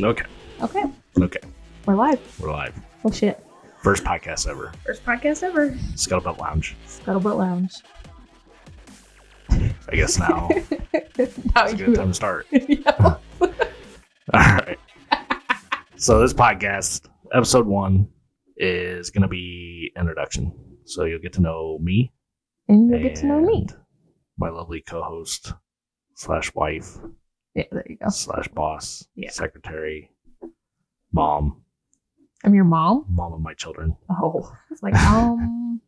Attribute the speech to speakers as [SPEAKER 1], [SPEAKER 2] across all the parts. [SPEAKER 1] Okay.
[SPEAKER 2] Okay,
[SPEAKER 1] Okay.
[SPEAKER 2] we're live.
[SPEAKER 1] We're live.
[SPEAKER 2] Well, shit.
[SPEAKER 1] First podcast ever.
[SPEAKER 2] First podcast ever.
[SPEAKER 1] Scuttlebutt Lounge.
[SPEAKER 2] Scuttlebutt Lounge.
[SPEAKER 1] I guess now
[SPEAKER 2] Now
[SPEAKER 1] is a
[SPEAKER 2] you-
[SPEAKER 1] good time to start.
[SPEAKER 2] Yeah.
[SPEAKER 1] All right. So this podcast, episode one, is gonna be introduction. So you'll get to know me.
[SPEAKER 2] And you get to know me.
[SPEAKER 1] and My lovely co-host slash wife
[SPEAKER 2] Yeah, there you go.
[SPEAKER 1] slash boss
[SPEAKER 2] Yeah.
[SPEAKER 1] secretary mom
[SPEAKER 2] I'm your mom.
[SPEAKER 1] mom of my children.
[SPEAKER 2] Oh, it's like um.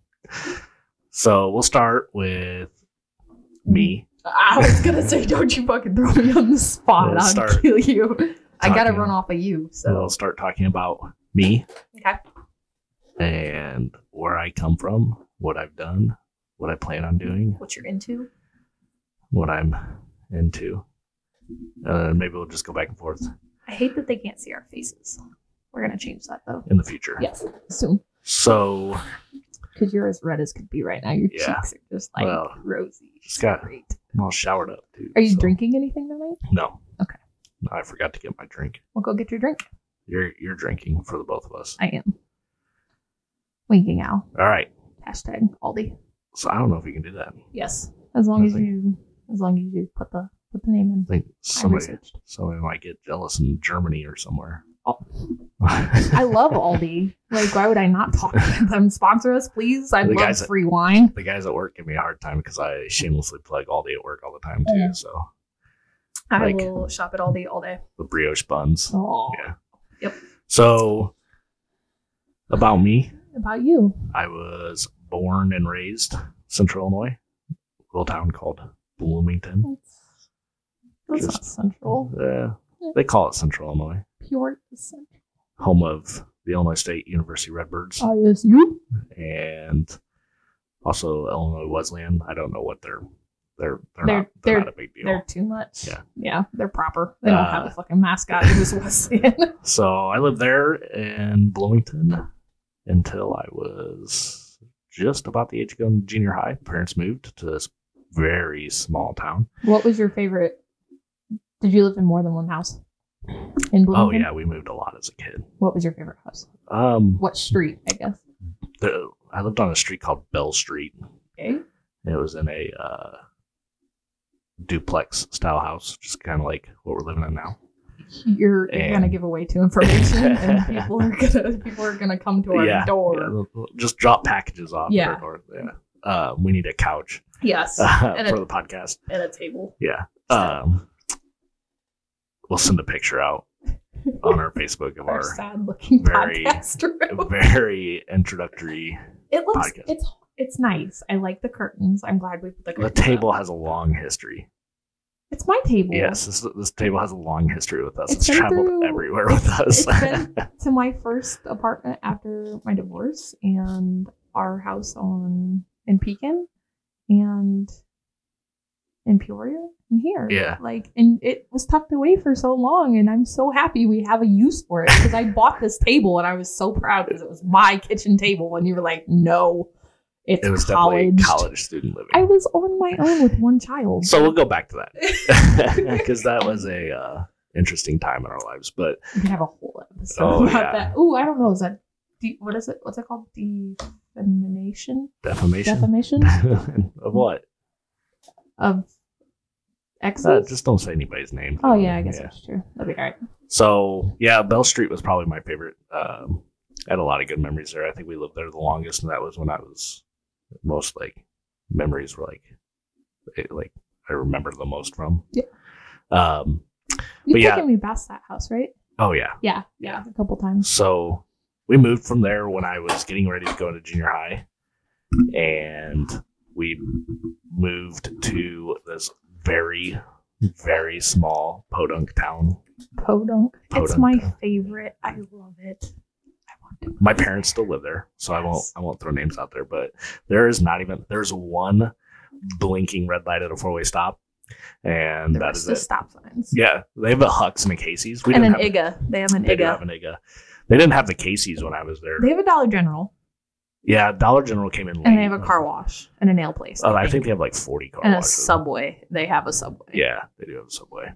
[SPEAKER 1] So we'll start with me.
[SPEAKER 2] I was gonna say, don't you fucking throw me on the spot.
[SPEAKER 1] We'll
[SPEAKER 2] I'll
[SPEAKER 1] start
[SPEAKER 2] kill you. I gotta
[SPEAKER 1] talking.
[SPEAKER 2] run off of you. So
[SPEAKER 1] we'll start talking about me
[SPEAKER 2] okay.
[SPEAKER 1] and where I come from, what I've done, what I plan on doing,
[SPEAKER 2] What you're into?
[SPEAKER 1] what I'm into. Uh, maybe we'll just go back and forth
[SPEAKER 2] I hate that they can't see our faces. We're gonna change that though.
[SPEAKER 1] in the future.
[SPEAKER 2] Yes, soon.
[SPEAKER 1] So,
[SPEAKER 2] Because you're as red as could be right now. Your
[SPEAKER 1] Yeah.
[SPEAKER 2] cheeks are just like
[SPEAKER 1] Well,
[SPEAKER 2] rosy.
[SPEAKER 1] it's got-
[SPEAKER 2] Great.
[SPEAKER 1] I'm all showered up, too.
[SPEAKER 2] Are you
[SPEAKER 1] so-
[SPEAKER 2] drinking anything tonight?
[SPEAKER 1] No.
[SPEAKER 2] Okay.
[SPEAKER 1] No, I forgot to get my drink.
[SPEAKER 2] Well, go get your drink.
[SPEAKER 1] You're you're drinking for the both of us.
[SPEAKER 2] I am. Winking owl.
[SPEAKER 1] All right.
[SPEAKER 2] Hashtag Aldi.
[SPEAKER 1] So I don't know if you can do that. I
[SPEAKER 2] Yes. As long as
[SPEAKER 1] Nothing.
[SPEAKER 2] you as long as you put the put the name in.
[SPEAKER 1] think
[SPEAKER 2] I
[SPEAKER 1] somebody
[SPEAKER 2] researched.
[SPEAKER 1] somebody might get jealous in Germany or somewhere.
[SPEAKER 2] Oh. I love Aldi. Like why would I not talk to them? Sponsor us, please. I
[SPEAKER 1] The
[SPEAKER 2] love
[SPEAKER 1] guys that-
[SPEAKER 2] free wine.
[SPEAKER 1] the guys at work give me a hard time because I shamelessly plug all day at work all the time too. So
[SPEAKER 2] I
[SPEAKER 1] like-
[SPEAKER 2] will shop at Aldi all day.
[SPEAKER 1] the brioche buns.
[SPEAKER 2] Oh.
[SPEAKER 1] Yeah.
[SPEAKER 2] Yep.
[SPEAKER 1] So about me,
[SPEAKER 2] About you.
[SPEAKER 1] I was born and raised Central Illinois, a little town called Bloomington.
[SPEAKER 2] That's, that's not
[SPEAKER 1] Just-
[SPEAKER 2] central.
[SPEAKER 1] Uh, they call it Central Illinois,
[SPEAKER 2] Pure is central.
[SPEAKER 1] home of the Illinois State University Redbirds
[SPEAKER 2] ISU.
[SPEAKER 1] and also Illinois Wesleyan. I don't know what they're they're they're,
[SPEAKER 2] They're-
[SPEAKER 1] not they're,
[SPEAKER 2] they're-
[SPEAKER 1] not a big deal.
[SPEAKER 2] They're too much.
[SPEAKER 1] Yeah.
[SPEAKER 2] Yeah. They're proper. They don't
[SPEAKER 1] Uh,
[SPEAKER 2] have a fucking mascot. It was Wesleyan.
[SPEAKER 1] So I lived there in Bloomington until I was just about the age of going to junior high. Parents moved to this very small town.
[SPEAKER 2] What was your favorite? Did you live in more than one house? In
[SPEAKER 1] Oh
[SPEAKER 2] Bloomington?
[SPEAKER 1] yeah, we moved a lot as a kid.
[SPEAKER 2] What was your favorite house?
[SPEAKER 1] Um,
[SPEAKER 2] What street, I guess?
[SPEAKER 1] the, I lived on a street called Bell Street.
[SPEAKER 2] Okay.
[SPEAKER 1] It was in a uh, duplex style house, just kind of like what we're living in now.
[SPEAKER 2] You're, you're gonna
[SPEAKER 1] And-
[SPEAKER 2] give away too information, and people are gonna people are gonna come to our
[SPEAKER 1] Yeah,
[SPEAKER 2] door.
[SPEAKER 1] Yeah, just drop packages off.
[SPEAKER 2] Yeah.
[SPEAKER 1] at our door. yeah. Uh, we need a couch
[SPEAKER 2] Yes,
[SPEAKER 1] Uh,
[SPEAKER 2] And
[SPEAKER 1] for
[SPEAKER 2] a-
[SPEAKER 1] the podcast.
[SPEAKER 2] at a table.
[SPEAKER 1] Yeah. Um, we'll send a picture out on our Facebook of
[SPEAKER 2] Our
[SPEAKER 1] our
[SPEAKER 2] sad looking
[SPEAKER 1] very-
[SPEAKER 2] podcast room.
[SPEAKER 1] very introductory.
[SPEAKER 2] It looks
[SPEAKER 1] podcast.
[SPEAKER 2] it's it's nice. I like the curtains. I'm glad we put the
[SPEAKER 1] The
[SPEAKER 2] curtains.
[SPEAKER 1] table
[SPEAKER 2] up.
[SPEAKER 1] has a long history.
[SPEAKER 2] It's my table.
[SPEAKER 1] Yes, this, this table has a long history with us. It's,
[SPEAKER 2] It's been
[SPEAKER 1] traveled
[SPEAKER 2] through-
[SPEAKER 1] everywhere with
[SPEAKER 2] It's
[SPEAKER 1] us.
[SPEAKER 2] been to my first apartment after my divorce and our house on in Pekin and in Peoria and here.
[SPEAKER 1] Yeah.
[SPEAKER 2] Like and it was tucked away for so long and I'm so happy we have a use for it because I bought this table and I was so proud because it was my kitchen table and you were like, no, it's
[SPEAKER 1] it was
[SPEAKER 2] college.
[SPEAKER 1] definitely college student living.
[SPEAKER 2] I was on my own with one child.
[SPEAKER 1] so we'll go back to that because that was a uh, interesting time in our lives. But
[SPEAKER 2] We could have a whole episode
[SPEAKER 1] Oh,
[SPEAKER 2] about
[SPEAKER 1] yeah.
[SPEAKER 2] that. Ooh, I don't know. Is that de- what is it? What's it called? Defamation.
[SPEAKER 1] defamation
[SPEAKER 2] Defamation
[SPEAKER 1] of what?
[SPEAKER 2] of
[SPEAKER 1] Uh,
[SPEAKER 2] exes.
[SPEAKER 1] just don't say anybody's name.
[SPEAKER 2] oh yeah, I guess that's true. That'd be all right.
[SPEAKER 1] So yeah, Bell Street was probably my favorite. Um, I had a lot of good memories there. I think we lived there the longest, and that was when I was most like memories were like it, like I remember the most from.
[SPEAKER 2] Yeah.
[SPEAKER 1] Um.
[SPEAKER 2] You've
[SPEAKER 1] But yeah.
[SPEAKER 2] taken me past that house, right?
[SPEAKER 1] Oh yeah.
[SPEAKER 2] Yeah, yeah, a couple times.
[SPEAKER 1] So we moved from there when I was getting ready to go into junior high, and we moved to this very very small podunk town.
[SPEAKER 2] Podunk. It's
[SPEAKER 1] Podunk.
[SPEAKER 2] my favorite. I love it. I want to.
[SPEAKER 1] my parents still live there, so I won't
[SPEAKER 2] Yes.
[SPEAKER 1] I won't throw names out there, but there is not even there's one blinking red light at a four way stop, and
[SPEAKER 2] The
[SPEAKER 1] that
[SPEAKER 2] rest
[SPEAKER 1] is
[SPEAKER 2] is
[SPEAKER 1] it.
[SPEAKER 2] stop signs.
[SPEAKER 1] Yeah, they have a Hux and a Casey's. We
[SPEAKER 2] and an
[SPEAKER 1] didn't have
[SPEAKER 2] IGA. They have an
[SPEAKER 1] they do have
[SPEAKER 2] IGA.
[SPEAKER 1] an Iga. They didn't have the Casey's when I was there.
[SPEAKER 2] They have a Dollar General
[SPEAKER 1] yeah, Dollar General came in. Late.
[SPEAKER 2] and they have a car wash and a nail place.
[SPEAKER 1] Oh, I think they have like forty car
[SPEAKER 2] and a
[SPEAKER 1] washes.
[SPEAKER 2] Subway. They have a Subway.
[SPEAKER 1] yeah, they do have a Subway.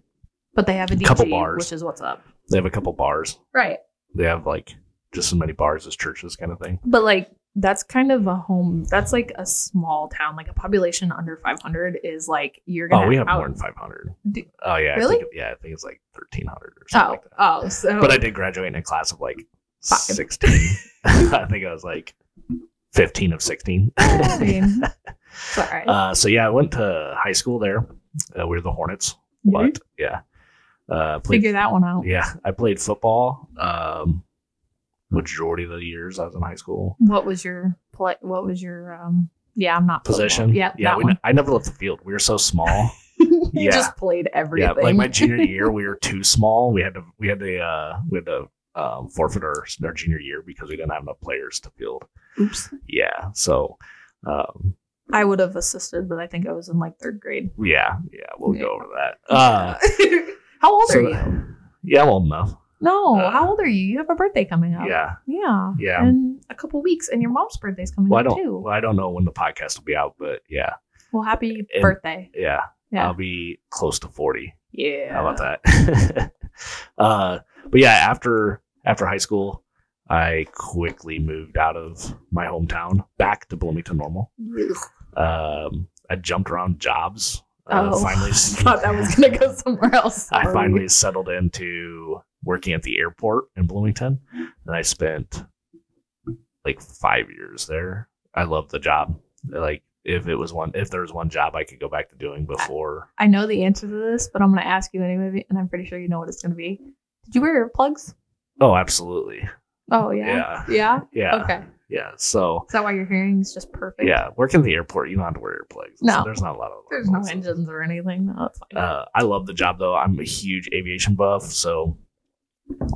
[SPEAKER 2] But they have a DG,
[SPEAKER 1] Couple bars.
[SPEAKER 2] which is what's up.
[SPEAKER 1] They have a couple bars.
[SPEAKER 2] Right.
[SPEAKER 1] They have like just as many bars as churches, kind of thing.
[SPEAKER 2] But like that's kind of a home. That's like a small town. Like a population under 500 is like you're gonna.
[SPEAKER 1] Oh, we have
[SPEAKER 2] out-
[SPEAKER 1] more than 500.
[SPEAKER 2] Do-
[SPEAKER 1] oh yeah,
[SPEAKER 2] Really?
[SPEAKER 1] I think, yeah, I think it's like 1300 or something
[SPEAKER 2] Oh,
[SPEAKER 1] like that.
[SPEAKER 2] oh, so
[SPEAKER 1] But I did graduate in a class of like
[SPEAKER 2] Five.
[SPEAKER 1] 16. I think I was like 15 of 16.
[SPEAKER 2] I mean, it's all right.
[SPEAKER 1] Uh, so yeah, I went to high school there. Uh, we were the Hornets. What? Yeah. Uh, played,
[SPEAKER 2] Figure that one out.
[SPEAKER 1] yeah, I played football. Um, majority of the years I was in high school.
[SPEAKER 2] What was your play? What was your um? Yeah, I'm not football.
[SPEAKER 1] Position.
[SPEAKER 2] Yeah,
[SPEAKER 1] yeah.
[SPEAKER 2] that
[SPEAKER 1] We,
[SPEAKER 2] one.
[SPEAKER 1] I never left the field. We were so small.
[SPEAKER 2] you
[SPEAKER 1] yeah.
[SPEAKER 2] just played everything.
[SPEAKER 1] Yeah, like my junior year, we were too small. We had to we had to uh, we had to um, forfeit our, our junior year because we didn't have enough players to field.
[SPEAKER 2] Oops.
[SPEAKER 1] Yeah, so um,
[SPEAKER 2] I would have assisted, but I think I was in like third grade.
[SPEAKER 1] yeah, yeah, we'll go over that.
[SPEAKER 2] Uh,
[SPEAKER 1] Uh,
[SPEAKER 2] how old
[SPEAKER 1] so-
[SPEAKER 2] are you?
[SPEAKER 1] yeah, well enough.
[SPEAKER 2] No,
[SPEAKER 1] uh,
[SPEAKER 2] how old are you? You have a birthday coming up.
[SPEAKER 1] Yeah,
[SPEAKER 2] Yeah.
[SPEAKER 1] Yeah.
[SPEAKER 2] In a couple weeks, and your mom's birthday's coming
[SPEAKER 1] well I
[SPEAKER 2] up
[SPEAKER 1] don't
[SPEAKER 2] too.
[SPEAKER 1] well, I don't know when the podcast will be out, but yeah,
[SPEAKER 2] well, happy
[SPEAKER 1] and-
[SPEAKER 2] birthday.
[SPEAKER 1] yeah,
[SPEAKER 2] Yeah.
[SPEAKER 1] I'll be close to forty.
[SPEAKER 2] Yeah.
[SPEAKER 1] How about that? uh, but yeah, after after high school, I quickly moved out of my hometown back to Bloomington Normal. um, I jumped around jobs. Uh,
[SPEAKER 2] Oh,
[SPEAKER 1] finally,
[SPEAKER 2] I thought that was gonna go somewhere else.
[SPEAKER 1] I
[SPEAKER 2] Sorry.
[SPEAKER 1] finally settled into working at the airport in Bloomington, and I spent like five years there. I loved the job. Like, if it was one, if there was one job I could go back to doing before,
[SPEAKER 2] I know the answer to this, but I'm gonna ask you anyway, and I'm pretty sure you know what it's gonna be. Did you wear earplugs?
[SPEAKER 1] oh, absolutely,
[SPEAKER 2] Oh
[SPEAKER 1] yeah,
[SPEAKER 2] yeah. Yeah.
[SPEAKER 1] yeah,
[SPEAKER 2] Okay.
[SPEAKER 1] yeah. So,
[SPEAKER 2] Is that why your hearing is just perfect?
[SPEAKER 1] yeah, working at the airport, you don't have to wear earplugs.
[SPEAKER 2] No.
[SPEAKER 1] there's not a lot of
[SPEAKER 2] There's no
[SPEAKER 1] nonsense.
[SPEAKER 2] engines or anything. No, that's fine.
[SPEAKER 1] uh, I love the job though. I'm a huge aviation buff, so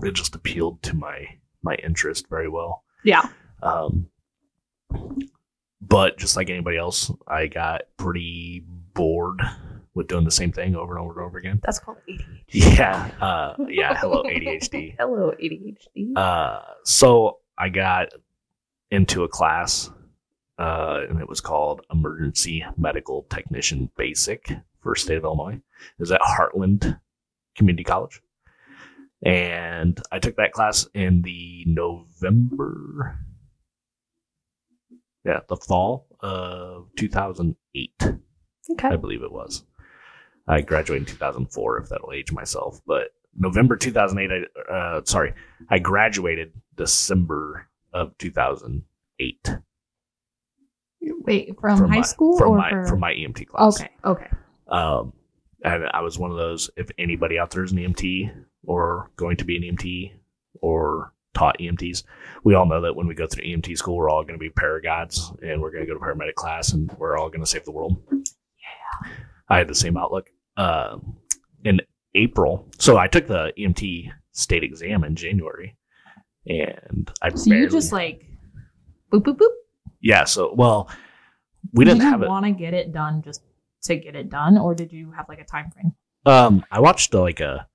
[SPEAKER 1] it just appealed to my my interest very well.
[SPEAKER 2] yeah.
[SPEAKER 1] Um, but just like anybody else, I got pretty bored with doing the same thing over and over and over again.
[SPEAKER 2] That's called ADHD.
[SPEAKER 1] Yeah, uh, yeah. Hello ADHD.
[SPEAKER 2] Hello, ADHD.
[SPEAKER 1] Uh, so I got into a class, uh, and it was called Emergency Medical Technician Basic for State of Illinois. It was at Heartland Community College. And I took that class in the November, yeah, the fall of 2008. I
[SPEAKER 2] okay.
[SPEAKER 1] believe it was. I graduated in 2004, if that'll age myself. But November 2008, I, uh, sorry, I graduated December of 2008
[SPEAKER 2] Wait, from, high
[SPEAKER 1] my,
[SPEAKER 2] school
[SPEAKER 1] from
[SPEAKER 2] or
[SPEAKER 1] my
[SPEAKER 2] for-
[SPEAKER 1] from my E EMT class.
[SPEAKER 2] Okay. Okay.
[SPEAKER 1] Um, and I was one of those. If anybody out there is an EMT or going to be an EMT or taught EMTs, we all know that when we go through EMT school, we're all going to be paragods and we're going to go to paramedic class and we're all going to save the world. Yeah, I had the same outlook. Um, in April, so I took the EMT state exam in January, and I
[SPEAKER 2] So
[SPEAKER 1] barely,
[SPEAKER 2] you just like boop boop boop.
[SPEAKER 1] yeah. So well, we didn't
[SPEAKER 2] did
[SPEAKER 1] have
[SPEAKER 2] you
[SPEAKER 1] it.
[SPEAKER 2] want to get it done just to get it done, or did you have like a time frame?
[SPEAKER 1] Um, I watched uh, like a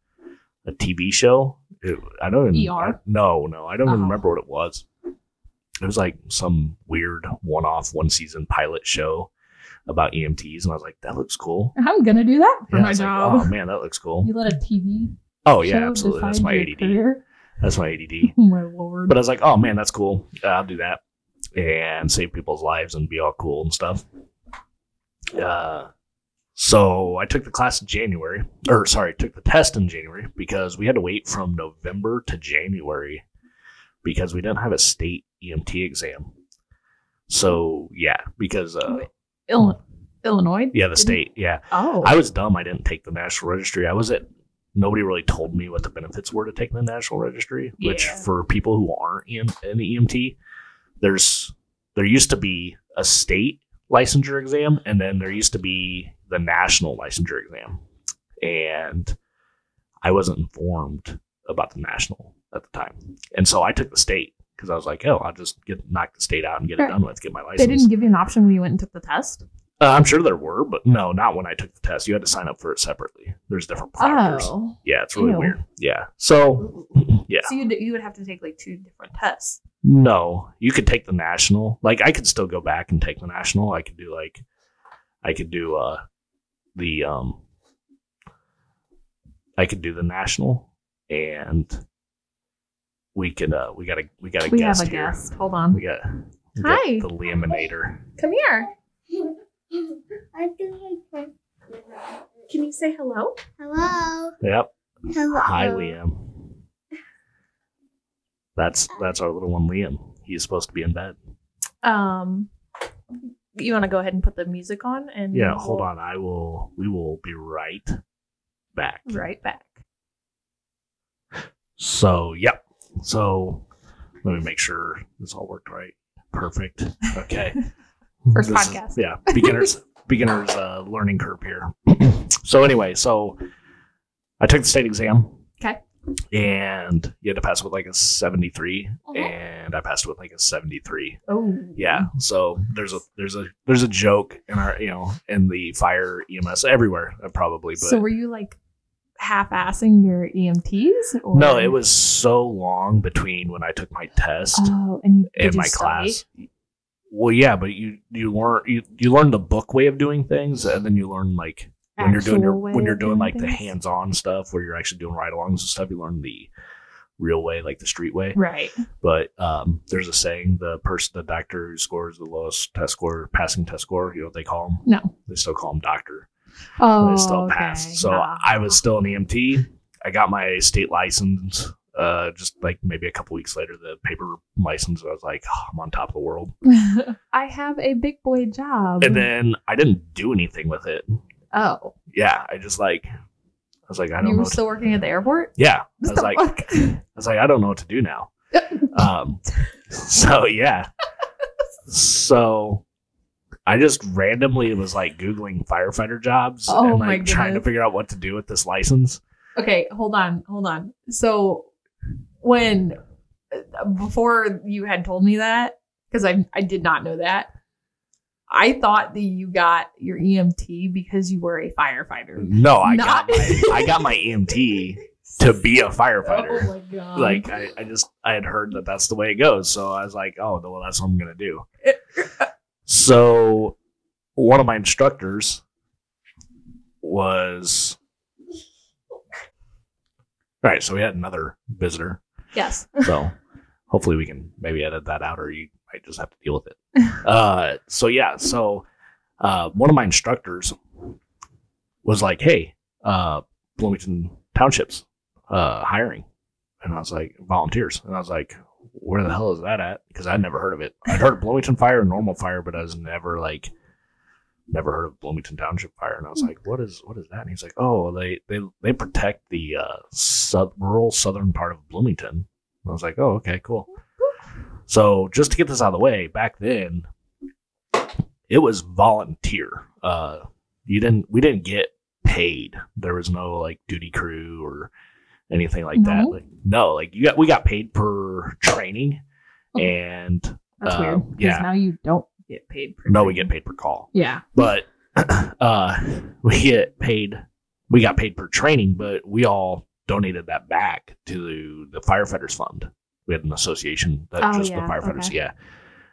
[SPEAKER 1] a TV show. It- I don't even,
[SPEAKER 2] ER?
[SPEAKER 1] I- no, no, I don't even
[SPEAKER 2] Oh.
[SPEAKER 1] remember what it was. It was like some weird one-off, one-season pilot show about EMTs, and I was like, "That looks cool."
[SPEAKER 2] I'm gonna do that for
[SPEAKER 1] Yeah, I
[SPEAKER 2] my
[SPEAKER 1] was like,
[SPEAKER 2] job.
[SPEAKER 1] oh man, that looks cool.
[SPEAKER 2] you let a TV.
[SPEAKER 1] Oh yeah,
[SPEAKER 2] show
[SPEAKER 1] absolutely. That's
[SPEAKER 2] decide
[SPEAKER 1] my
[SPEAKER 2] your
[SPEAKER 1] ADD.
[SPEAKER 2] career?
[SPEAKER 1] That's my ADD.
[SPEAKER 2] Oh my lord.
[SPEAKER 1] But I was like, "Oh man, that's cool. Uh, I'll do that and save people's lives and be all cool and stuff." Uh, So I took the class in January, or sorry, took the test in January because we had to wait from November to January because we didn't have a state EMT exam. So yeah, because uh,
[SPEAKER 2] Illinois. Illinois.
[SPEAKER 1] yeah, the
[SPEAKER 2] didn't-
[SPEAKER 1] state. Yeah,
[SPEAKER 2] Oh.
[SPEAKER 1] I was dumb. I didn't take the national registry. I was at. Nobody really told me what the benefits were to taking the national registry. Which
[SPEAKER 2] Yeah.
[SPEAKER 1] for people who aren't in an EMT, there's there used to be a state licensure exam, and then there used to be the national licensure exam and I wasn't informed about the national at the time. And so I took the state because I was like, oh, I'll just get knock the state out and get it
[SPEAKER 2] Right.
[SPEAKER 1] done with, get my
[SPEAKER 2] they
[SPEAKER 1] license.
[SPEAKER 2] didn't give you an option when you went and took the test.
[SPEAKER 1] Uh, I'm sure there were, but no, not when I took the test. You had to sign up for it separately. There's different proctors.
[SPEAKER 2] Oh.
[SPEAKER 1] Yeah, it's really
[SPEAKER 2] Ew.
[SPEAKER 1] weird. Yeah. So, yeah.
[SPEAKER 2] So you'd, you would have to take like two different tests.
[SPEAKER 1] No, you could take the national. Like I could still go back and take the national. I could do like I could do uh the um I could do the national and we can uh we got a we got a
[SPEAKER 2] We have
[SPEAKER 1] guest
[SPEAKER 2] a
[SPEAKER 1] here.
[SPEAKER 2] guest. Hold on.
[SPEAKER 1] We got, we
[SPEAKER 2] Hi.
[SPEAKER 1] got the Laminator.
[SPEAKER 2] Come here.
[SPEAKER 3] I do like them.
[SPEAKER 2] Can you say hello?
[SPEAKER 3] Hello.
[SPEAKER 1] Yep.
[SPEAKER 3] Hello.
[SPEAKER 1] Hi Liam. That's that's our little one Liam. He's supposed to be in bed.
[SPEAKER 2] Um, you want to go ahead and put the music on and
[SPEAKER 1] Yeah, hold
[SPEAKER 2] we'll-
[SPEAKER 1] on. I will we will be right back.
[SPEAKER 2] Right back.
[SPEAKER 1] So, yep. So, let me make sure this all worked right. Perfect. Okay.
[SPEAKER 2] First
[SPEAKER 1] This is-
[SPEAKER 2] podcast.
[SPEAKER 1] yeah, beginners beginners uh, learning curve here. so anyway, so I took the state exam.
[SPEAKER 2] Okay.
[SPEAKER 1] And you had to pass with like a 73
[SPEAKER 3] Uh-huh.
[SPEAKER 1] and I passed with like a 73
[SPEAKER 2] Oh
[SPEAKER 1] yeah so there's a there's a there's a joke in our you know in the fire ems everywhere uh, probably but
[SPEAKER 2] So were you like half-assing your EMTs? Or...
[SPEAKER 1] no it was so long between when i took my test
[SPEAKER 2] Oh, and you, did
[SPEAKER 1] and
[SPEAKER 2] you
[SPEAKER 1] my
[SPEAKER 2] study?
[SPEAKER 1] class well yeah but you you learn you, you learn the book way of doing things and then you learn like when you're doing your
[SPEAKER 2] Actual way
[SPEAKER 1] when you're
[SPEAKER 2] of
[SPEAKER 1] doing like the
[SPEAKER 2] things?
[SPEAKER 1] hands-on stuff where you're actually doing ride-alongs and stuff you learn the real way like the street way
[SPEAKER 2] Right.
[SPEAKER 1] but um, there's a saying the person the doctor who scores the lowest test score passing test score you know what they call him
[SPEAKER 2] No.
[SPEAKER 1] they still call him doctor
[SPEAKER 2] Oh,
[SPEAKER 1] but it still
[SPEAKER 2] okay.
[SPEAKER 1] passed. So
[SPEAKER 2] Ah.
[SPEAKER 1] I was still an EMT. I got my state license uh, just like maybe a couple weeks later, the paper license. I was like, "Oh, I'm on top of the world.
[SPEAKER 2] I have a big boy job.
[SPEAKER 1] And then I didn't do anything with it.
[SPEAKER 2] oh,
[SPEAKER 1] Yeah, I just like, I was like, I
[SPEAKER 2] you
[SPEAKER 1] don't know.
[SPEAKER 2] were
[SPEAKER 1] What to,
[SPEAKER 2] still working at the airport.
[SPEAKER 1] yeah, I was
[SPEAKER 2] What the
[SPEAKER 1] like, I
[SPEAKER 2] fuck?
[SPEAKER 1] was like, I don't know what to do now. Um, so yeah, so I just randomly was like googling firefighter jobs
[SPEAKER 2] Oh
[SPEAKER 1] and
[SPEAKER 2] my
[SPEAKER 1] like trying to
[SPEAKER 2] goodness.
[SPEAKER 1] figure out what to do with this license.
[SPEAKER 2] okay, hold on, hold on. So when before you had told me that, because I I did not know that. I thought that you got your EMT because you were a firefighter.
[SPEAKER 1] No, Oh, I
[SPEAKER 2] Not-
[SPEAKER 1] got my I got my EMT to be a
[SPEAKER 2] Oh
[SPEAKER 1] firefighter.
[SPEAKER 2] my god!
[SPEAKER 1] like I, I just I had heard that that's the way it goes, so I was like, oh well, that's what I'm gonna do. so one of my instructors was all right. So we had another visitor.
[SPEAKER 2] yes.
[SPEAKER 1] So hopefully we can maybe edit that out, or you might just have to deal with it. Uh, so yeah, so uh, one of my instructors was like, "Hey, uh, Bloomington Townships uh, hiring," and I was like, "Volunteers," and I was like, "Where the hell is that at?" Because I'd never heard of it. I'd heard of Bloomington Fire and Normal Fire, but I was never like. Never heard of Bloomington Township Fire, and I was like, "What is what is that?" And he's like, "Oh, they they they protect the uh, sub, rural southern part of Bloomington, I was like, oh, okay, cool. So just to get this out of the way, back then it was volunteer. Uh, you didn't we didn't get paid. There was no like duty crew or anything like that.
[SPEAKER 2] No?
[SPEAKER 1] Like no, like you got we got paid per training
[SPEAKER 2] Oh.
[SPEAKER 1] and
[SPEAKER 2] That's
[SPEAKER 1] Uh,
[SPEAKER 2] weird. 'cause
[SPEAKER 1] yeah.
[SPEAKER 2] Now you don't get paid. For
[SPEAKER 1] no, we get paid per call.
[SPEAKER 2] Yeah.
[SPEAKER 1] but uh we get paid we got paid per training but we all donated that back to the firefighters fund we had an association that
[SPEAKER 2] Oh,
[SPEAKER 1] just
[SPEAKER 2] yeah,
[SPEAKER 1] the firefighters
[SPEAKER 2] okay.
[SPEAKER 1] yeah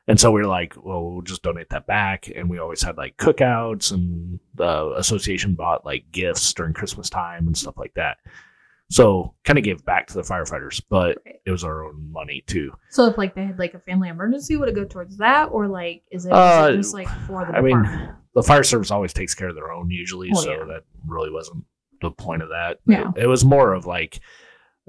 [SPEAKER 1] and so we were like well we'll just donate that back and we always had like cookouts and the association bought like gifts during christmas time and stuff like that so kind of gave back to the firefighters but
[SPEAKER 2] Right.
[SPEAKER 1] it was our own money too
[SPEAKER 2] So if like they had like a family emergency, would it go towards that, or like is it, is it
[SPEAKER 1] Uh,
[SPEAKER 2] just like for the
[SPEAKER 1] I mean,
[SPEAKER 2] department?
[SPEAKER 1] the fire service always takes care of their own usually,
[SPEAKER 2] Well,
[SPEAKER 1] so
[SPEAKER 2] yeah.
[SPEAKER 1] that really wasn't the point of that.
[SPEAKER 2] Yeah.
[SPEAKER 1] It, it was more of like,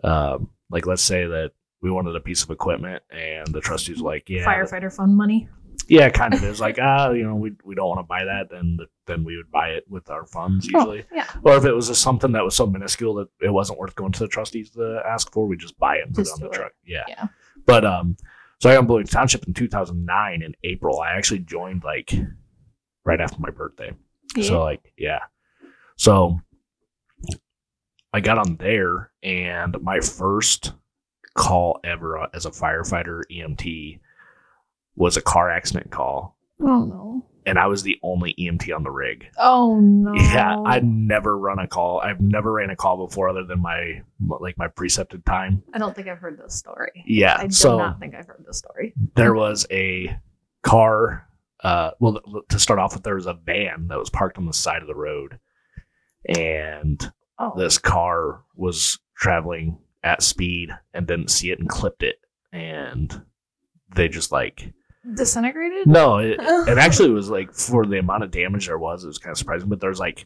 [SPEAKER 1] um, like let's say that we wanted a piece of equipment, and the trustees were like, yeah,
[SPEAKER 2] firefighter fund money.
[SPEAKER 1] yeah, kind of. It was like, ah, you know, we we don't want to buy that, then then we would buy it with our funds
[SPEAKER 2] Oh,
[SPEAKER 1] usually,
[SPEAKER 2] yeah.
[SPEAKER 1] or if it was just something that was so minuscule that it wasn't worth going to the trustees to ask for, we just buy it and
[SPEAKER 2] Just
[SPEAKER 1] put it on
[SPEAKER 2] do
[SPEAKER 1] the
[SPEAKER 2] it.
[SPEAKER 1] truck. Yeah.
[SPEAKER 2] Yeah.
[SPEAKER 1] But um, so I got Bloomington Township in 2009 in April. I actually joined like right after my birthday. So like, yeah. So I got on there and my first call ever uh, as a firefighter EMT was a car accident call
[SPEAKER 2] oh no.
[SPEAKER 1] and I was the only EMT on the rig.
[SPEAKER 2] Oh no.
[SPEAKER 1] Yeah, I'd never run a call. I've never ran a call before other than my like my precepted time.
[SPEAKER 2] I don't think I've heard this story.
[SPEAKER 1] Yeah.
[SPEAKER 2] I do
[SPEAKER 1] so
[SPEAKER 2] not think I've heard this story.
[SPEAKER 1] there was a car. Uh, well, th- to start off with, there was a van that was parked on the side of the road, and
[SPEAKER 2] Oh,
[SPEAKER 1] this car was traveling at speed and didn't see it and clipped it. And they just like,
[SPEAKER 2] Disintegrated?
[SPEAKER 1] no, it, it actually was like for the amount of damage there was, it was kind of surprising. But there's like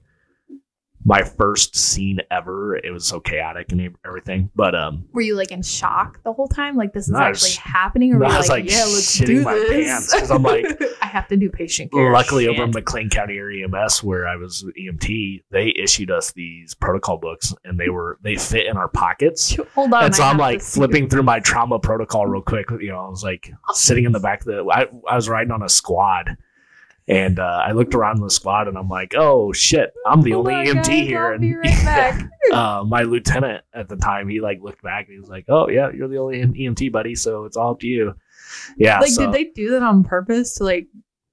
[SPEAKER 1] my first scene ever. It was so chaotic and e-, everything. But um,
[SPEAKER 2] Were you like in shock the whole time? Like this is
[SPEAKER 1] No, I
[SPEAKER 2] actually
[SPEAKER 1] was-
[SPEAKER 2] happening? Or were
[SPEAKER 1] I
[SPEAKER 2] you
[SPEAKER 1] was,
[SPEAKER 2] like,
[SPEAKER 1] like,
[SPEAKER 2] yeah, let's
[SPEAKER 1] shitting
[SPEAKER 2] do
[SPEAKER 1] my
[SPEAKER 2] this.
[SPEAKER 1] pants, 'cause I'm like-
[SPEAKER 2] I have to do patient care.
[SPEAKER 1] luckily over in
[SPEAKER 2] Shit.
[SPEAKER 1] McLean County area EMS where I was with EMT, they issued us these protocol books and they were they fit in our pockets.
[SPEAKER 2] Hold on.
[SPEAKER 1] and so
[SPEAKER 2] I
[SPEAKER 1] I'm
[SPEAKER 2] have to
[SPEAKER 1] like
[SPEAKER 2] see
[SPEAKER 1] flipping through my trauma protocol real quick. You know, I was like sitting in the back of the. I, I was riding on a squad, and uh, I looked around the squad, and I'm like, oh shit, I'm the
[SPEAKER 2] Hold
[SPEAKER 1] only
[SPEAKER 2] on,
[SPEAKER 1] EMT
[SPEAKER 2] guys,
[SPEAKER 1] here.
[SPEAKER 2] I'll
[SPEAKER 1] and
[SPEAKER 2] be right back.
[SPEAKER 1] uh, my lieutenant at the time, he like looked back and he was like, oh yeah, you're the only EMT buddy, so it's all up to you. Yeah.
[SPEAKER 2] like,
[SPEAKER 1] so-
[SPEAKER 2] did they do that on purpose to like,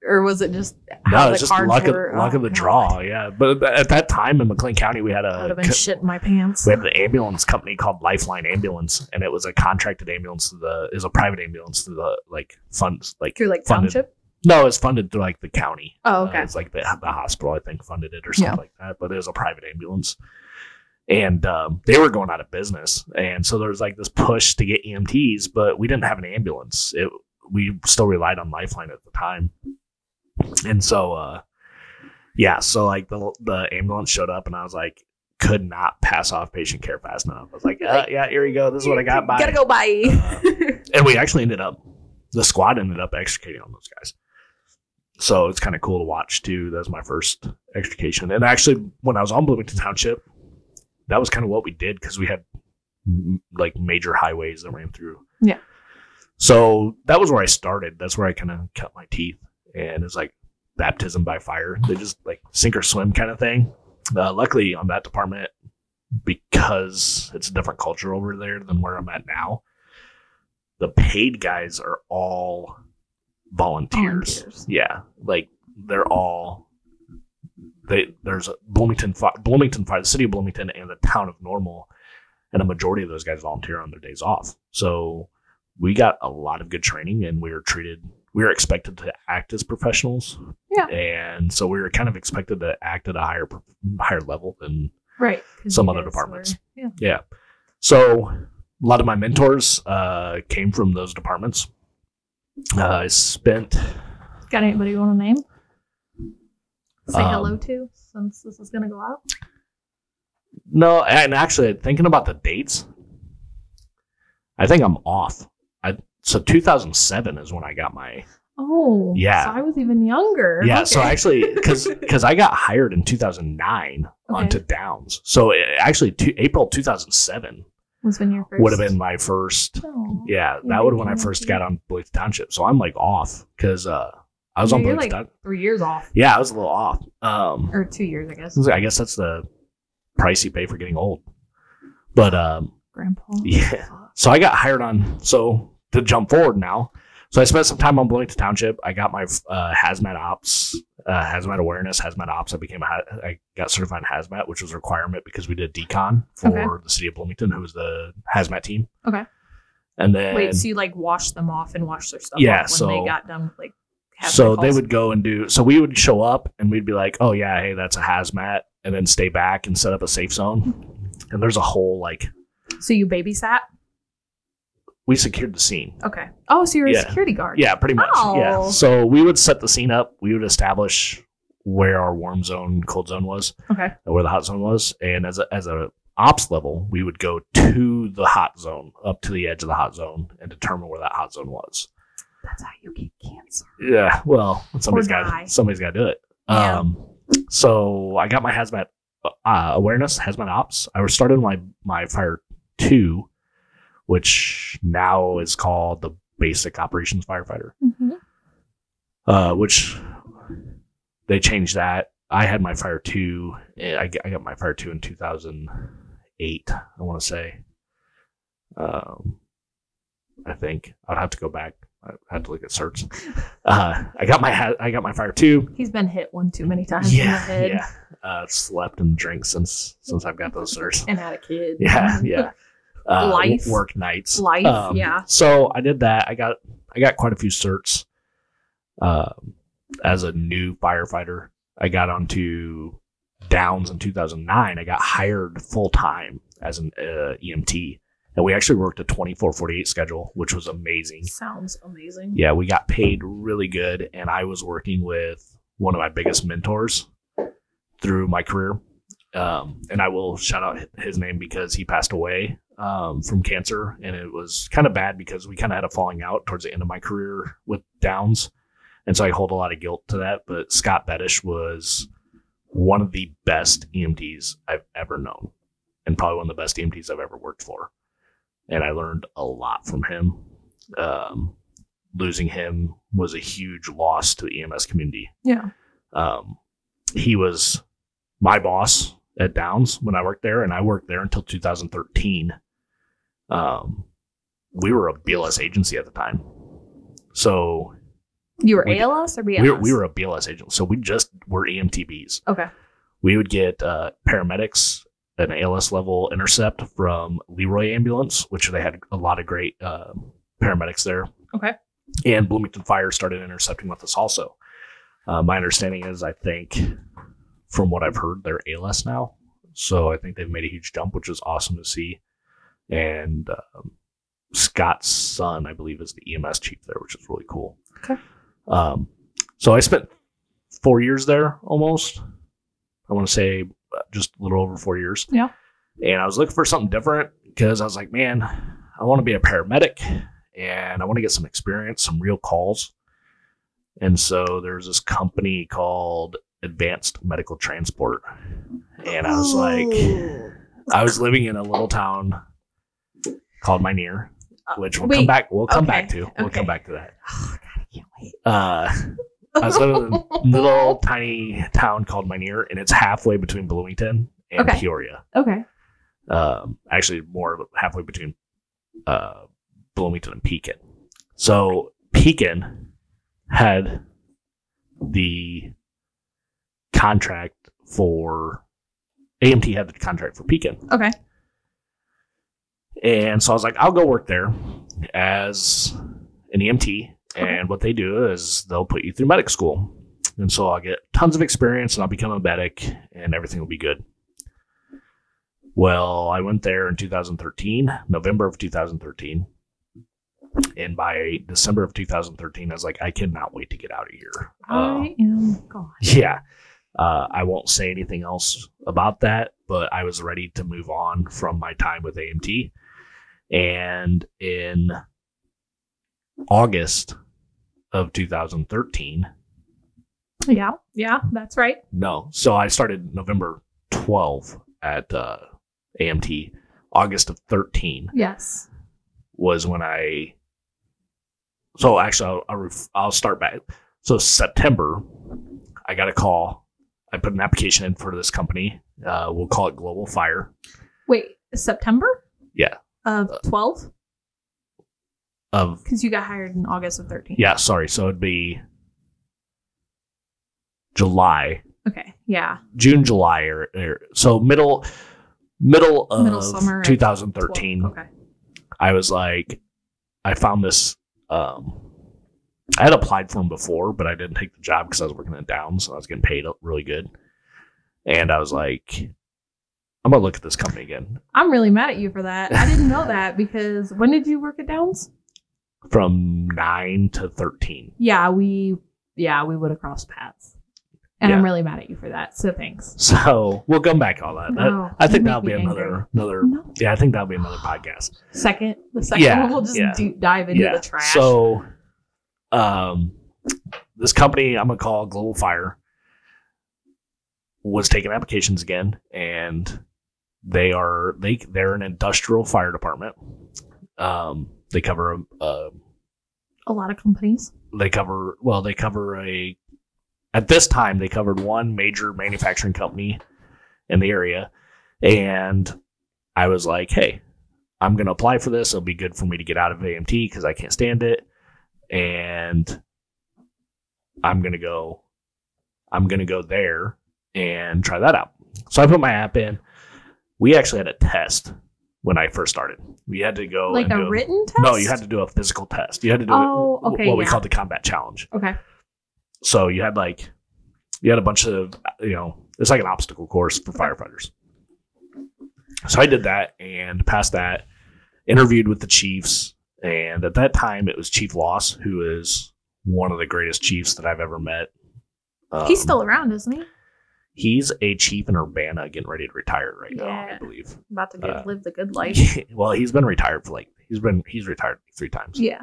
[SPEAKER 2] or was it just how
[SPEAKER 1] No,
[SPEAKER 2] the
[SPEAKER 1] it's just
[SPEAKER 2] cards
[SPEAKER 1] luck of,
[SPEAKER 2] were?
[SPEAKER 1] luck
[SPEAKER 2] Oh,
[SPEAKER 1] of the
[SPEAKER 2] God.
[SPEAKER 1] draw. Yeah, but at that time in McLean County, we had
[SPEAKER 2] I would
[SPEAKER 1] a
[SPEAKER 2] have been
[SPEAKER 1] co-
[SPEAKER 2] shit in my pants.
[SPEAKER 1] we had an ambulance company called Lifeline Ambulance, and it was a contracted ambulance. To the is a private ambulance to the like funds like
[SPEAKER 2] Through like
[SPEAKER 1] funded.
[SPEAKER 2] township.
[SPEAKER 1] no, it's funded through like the county.
[SPEAKER 2] Oh,
[SPEAKER 1] Uh,
[SPEAKER 2] okay.
[SPEAKER 1] it's like the, the hospital, I think, funded it or something
[SPEAKER 2] Yeah.
[SPEAKER 1] like that. But it was a private ambulance. And um, they were going out of business. And so there was like this push to get EMTs, but we didn't have an ambulance. It, we still relied on Lifeline at the time. And so, uh, yeah, so like the, the ambulance showed up and I was like, could not pass off patient care fast enough. I was like, uh, yeah, here you go. This is what I got. uh, Bye.
[SPEAKER 2] Gotta go. Bye.
[SPEAKER 1] and we actually ended up the squad ended up extricating on those guys so it's kind of cool to watch too that was my first extrication and actually when i was on bloomington township that was kind of what we did because we had m- like major highways that ran through
[SPEAKER 2] Yeah.
[SPEAKER 1] so that was where i started that's where i kind of cut my teeth and it's like baptism by fire they just like sink or swim kind of thing uh, luckily on that department because it's a different culture over there than where i'm at now the paid guys are all volunteers.
[SPEAKER 2] Volunteers.
[SPEAKER 1] Yeah, like they're all they there's a Bloomington Fi- Bloomington Fire, the city of Bloomington and the town of Normal, and a majority of those guys volunteer on their days off. So we got a lot of good training, and we were treated. We were expected to act as professionals.
[SPEAKER 2] Yeah.
[SPEAKER 1] and so we were kind of expected to act at a higher pro- higher level than
[SPEAKER 2] Right. 'cause
[SPEAKER 1] Some
[SPEAKER 2] you
[SPEAKER 1] other
[SPEAKER 2] guys
[SPEAKER 1] departments.
[SPEAKER 2] were- yeah.
[SPEAKER 1] yeah. So a lot of my mentors uh, came from those departments. Uh, I spent
[SPEAKER 2] Got anybody you want to name? Say
[SPEAKER 1] Um,
[SPEAKER 2] hello to since this is gonna go out.
[SPEAKER 1] no, and actually thinking about the dates, I think I'm off. I, so 2007 is when I got my
[SPEAKER 2] Oh.
[SPEAKER 1] Yeah.
[SPEAKER 2] So I was even younger.
[SPEAKER 1] yeah. So
[SPEAKER 2] Okay.
[SPEAKER 1] actually, because because I got hired in 2009 onto Downs, so it, actually two, April 2007
[SPEAKER 2] was when your first
[SPEAKER 1] would have been my first
[SPEAKER 2] Oh.
[SPEAKER 1] Yeah,
[SPEAKER 2] Yeah,
[SPEAKER 1] that would have when I
[SPEAKER 2] yeah,
[SPEAKER 1] first
[SPEAKER 2] yeah.
[SPEAKER 1] got on Blake Township. So I'm like off because uh, I was
[SPEAKER 2] Yeah,
[SPEAKER 1] on
[SPEAKER 2] you're
[SPEAKER 1] Blake
[SPEAKER 2] like- Er
[SPEAKER 1] Township.
[SPEAKER 2] Three years off,
[SPEAKER 1] Yeah, I was a little off. Um,
[SPEAKER 2] or two years, I guess.
[SPEAKER 1] I guess that's the price you pay for getting old. But um,
[SPEAKER 2] Grandpa.
[SPEAKER 1] yeah. So I got hired on. So to jump forward now, so I spent some time on Bloomington Township. I got my uh, hazmat ops, uh, hazmat awareness, hazmat ops. I became a ha- I got certified in hazmat, which was a requirement because we did decon for
[SPEAKER 2] Okay.
[SPEAKER 1] the city of Bloomington, who was the hazmat team.
[SPEAKER 2] Okay.
[SPEAKER 1] And then
[SPEAKER 2] Wait, so you like washed them off and washed their stuff
[SPEAKER 1] Yeah,
[SPEAKER 2] off when
[SPEAKER 1] so-
[SPEAKER 2] they got done with like having
[SPEAKER 1] so
[SPEAKER 2] their
[SPEAKER 1] they
[SPEAKER 2] calls?
[SPEAKER 1] would go and do so we would show up and we'd be like oh yeah hey that's a hazmat and then stay back and set up a safe zone and there's a whole like
[SPEAKER 2] So you babysat?
[SPEAKER 1] we secured the scene
[SPEAKER 2] Okay. Oh, so you're a
[SPEAKER 1] Yeah.
[SPEAKER 2] security guard.
[SPEAKER 1] yeah pretty much yeah
[SPEAKER 2] Oh.
[SPEAKER 1] so we would set the scene up we would establish where our warm zone cold zone was
[SPEAKER 2] Okay.
[SPEAKER 1] and where the hot zone was and as a as a ops level we would go to the hot zone up to the edge of the hot zone and determine where that hot zone was
[SPEAKER 2] That's how you get cancer.
[SPEAKER 1] Yeah, well, somebody's
[SPEAKER 2] die.
[SPEAKER 1] got somebody's got to do it.
[SPEAKER 2] Yeah.
[SPEAKER 1] Um, so I got my hazmat uh, awareness, hazmat ops. I started my my fire two, which now is called the basic operations firefighter.
[SPEAKER 2] Mm-hmm.
[SPEAKER 1] Uh, which they changed that. I had my fire two. eh, I, g- I got my fire two in two thousand eight. I want to say. Um, I think I'd have to go back. I have to look at certs. Uh, I got my ha- I got my fire two.
[SPEAKER 2] He's been hit one too many times in the
[SPEAKER 1] Yeah,
[SPEAKER 2] head
[SPEAKER 1] yeah. Uh, slept and drank since since I've got those certs.
[SPEAKER 2] and had a kid.
[SPEAKER 1] Yeah, yeah. Uh, w-
[SPEAKER 2] Life.
[SPEAKER 1] work nights, Um,
[SPEAKER 2] Life, yeah.
[SPEAKER 1] So I did that. I got I got quite a few certs. Um, as a new firefighter, I got onto Downs in 2009. I got hired full time as an uh, EMT And we actually worked a 24 48 schedule, which was amazing.
[SPEAKER 2] Sounds amazing.
[SPEAKER 1] Yeah, we got paid really good. And I was working with one of my biggest mentors through my career. Um, and I will shout out hi- his name because he passed away um, from cancer. And it was kind of bad because we kind of had a falling out towards the end of my career with Downs. And so I hold a lot of guilt to that. But Scott Bettish was one of the best EMTs I've ever known and probably one of the best EMTs I've ever worked for. And I learned a lot from him. Um, losing him was a huge loss to the EMS community.
[SPEAKER 2] Yeah.
[SPEAKER 1] Um, he was my boss at Downs when I worked there, and I worked there until 2013. Um, we were a BLS agency at the time. So
[SPEAKER 2] You were
[SPEAKER 1] We-
[SPEAKER 2] ALS or BLS?
[SPEAKER 1] we, were- we were a BLS agent. So we just were E EMTBs.
[SPEAKER 2] Okay.
[SPEAKER 1] We would get uh, paramedics, an ALS level intercept from Leroy Ambulance, which they had a lot of great uh, paramedics there.
[SPEAKER 2] Okay.
[SPEAKER 1] And Bloomington Fire started intercepting with us also. Uh, my understanding is, I think, from what I've heard, they're ALS now. So I think they've made a huge jump, which is awesome to see. And um, Scott's son, I believe, is the EMS chief there, which is really cool.
[SPEAKER 2] Okay.
[SPEAKER 1] Um, so I spent four years there almost. I want to say uh, just a little over four years.
[SPEAKER 2] Yeah.
[SPEAKER 1] And I was looking for something different because I was like, man, I want to be a paramedic and I want to get some experience, some real calls. And so there's this company called Advanced Medical Transport. And I was
[SPEAKER 2] Oh.
[SPEAKER 1] like, I was living in a little town called Minear, which we'll come
[SPEAKER 2] Wait,
[SPEAKER 1] back. We'll come back
[SPEAKER 2] okay,
[SPEAKER 1] to. We'll
[SPEAKER 2] okay.
[SPEAKER 1] come back to that.
[SPEAKER 2] Oh, God, I can't wait.
[SPEAKER 1] Uh,
[SPEAKER 2] Oh,
[SPEAKER 1] I was living in a little tiny town called Minear, and it's halfway between Bloomington and
[SPEAKER 2] Okay.
[SPEAKER 1] Peoria.
[SPEAKER 2] Okay.
[SPEAKER 1] Um, actually, more halfway between uh, Bloomington and Pekin. So Pekin had the contract for AMT had the contract for Pekin.
[SPEAKER 2] Okay.
[SPEAKER 1] And so I was like, I'll go work there as an EMT.
[SPEAKER 2] Okay.
[SPEAKER 1] And what they do is they'll put you through medic school. And so I'll get tons of experience and I'll become a medic and everything will be good. Well, I went there in 2013, November of 2013. And by December of 2013, I was like, I cannot wait to get out of here. Uh,
[SPEAKER 2] I am gone.
[SPEAKER 1] yeah. Uh, I won't say anything else about that, but I was ready to move on from my time with AMT. And in August of 2013,
[SPEAKER 2] Yeah. Yeah. That's right.
[SPEAKER 1] no, so I started November 12 at uh, AMT. August of 13
[SPEAKER 2] Yes.
[SPEAKER 1] was when I. So actually, I'll, I'll, ref- I'll start back. So September, I got a call. I put an application in for this company. Uh, we'll call it Global Fire.
[SPEAKER 2] Wait, September?
[SPEAKER 1] Yeah. Uh,
[SPEAKER 2] Of 12?
[SPEAKER 1] Of
[SPEAKER 2] Because you got hired in August of 13.
[SPEAKER 1] yeah, sorry. So it'd be July,
[SPEAKER 2] Okay. Yeah.
[SPEAKER 1] June, July, or, or so middle middle of
[SPEAKER 2] Middle summer of
[SPEAKER 1] 2013.
[SPEAKER 2] 12. Okay.
[SPEAKER 1] I was like, I found this. Um, I had applied for him before, but I didn't take the job because I was working at Downs. So I was getting paid really good, and I was like, I'm gonna look at this company again
[SPEAKER 2] I'm really mad at you for that. I didn't know that because when did you work at Downs?
[SPEAKER 1] from nine to thirteen.
[SPEAKER 2] Yeah, we yeah, we would have crossed paths. And I'm
[SPEAKER 1] Yeah.
[SPEAKER 2] really mad at you for that. So thanks.
[SPEAKER 1] So we'll come back on that. That-
[SPEAKER 2] No,
[SPEAKER 1] I think
[SPEAKER 2] you make
[SPEAKER 1] that'll be
[SPEAKER 2] me angry.
[SPEAKER 1] another another.
[SPEAKER 2] No.
[SPEAKER 1] Yeah, I think that'll be another podcast.
[SPEAKER 2] Second, the second
[SPEAKER 1] Yeah,
[SPEAKER 2] one we'll just
[SPEAKER 1] yeah.
[SPEAKER 2] deep dive into
[SPEAKER 1] yeah.
[SPEAKER 2] the trash.
[SPEAKER 1] So, um, this company I'm gonna call Global Fire was taking applications again, and they are they they're an industrial fire department. Um, they cover uh,
[SPEAKER 2] a lot of companies.
[SPEAKER 1] they cover well they cover a at this time they covered one major manufacturing company in the area, and I was like, hey, I'm gonna apply for this. It'll be good for me to get out of AMT because I can't stand it and I'm gonna go I'm gonna go there and try that out. So I put my app in. We actually had a test when I first started. We had to go
[SPEAKER 2] like
[SPEAKER 1] Oh, and
[SPEAKER 2] a
[SPEAKER 1] do
[SPEAKER 2] written test?
[SPEAKER 1] No, you had to do a physical test. You had to do
[SPEAKER 2] Oh,
[SPEAKER 1] w-
[SPEAKER 2] okay,
[SPEAKER 1] what we
[SPEAKER 2] yeah.
[SPEAKER 1] called the combat challenge.
[SPEAKER 2] Okay.
[SPEAKER 1] So you had like you had a bunch of you know, it's like an obstacle course for firefighters. So I did that and passed that interviewed with the Chiefs, and at that time it was Chief Loss, who is one of the greatest chiefs that I've ever met. Um,
[SPEAKER 2] He's still around, isn't he?
[SPEAKER 1] he's a chief in Urbana, getting ready to retire right now, I
[SPEAKER 2] Yeah.
[SPEAKER 1] believe.
[SPEAKER 2] About to good,
[SPEAKER 1] Uh,
[SPEAKER 2] live the good life.
[SPEAKER 1] well, he's been retired for like he's been he's retired three times.
[SPEAKER 2] Yeah.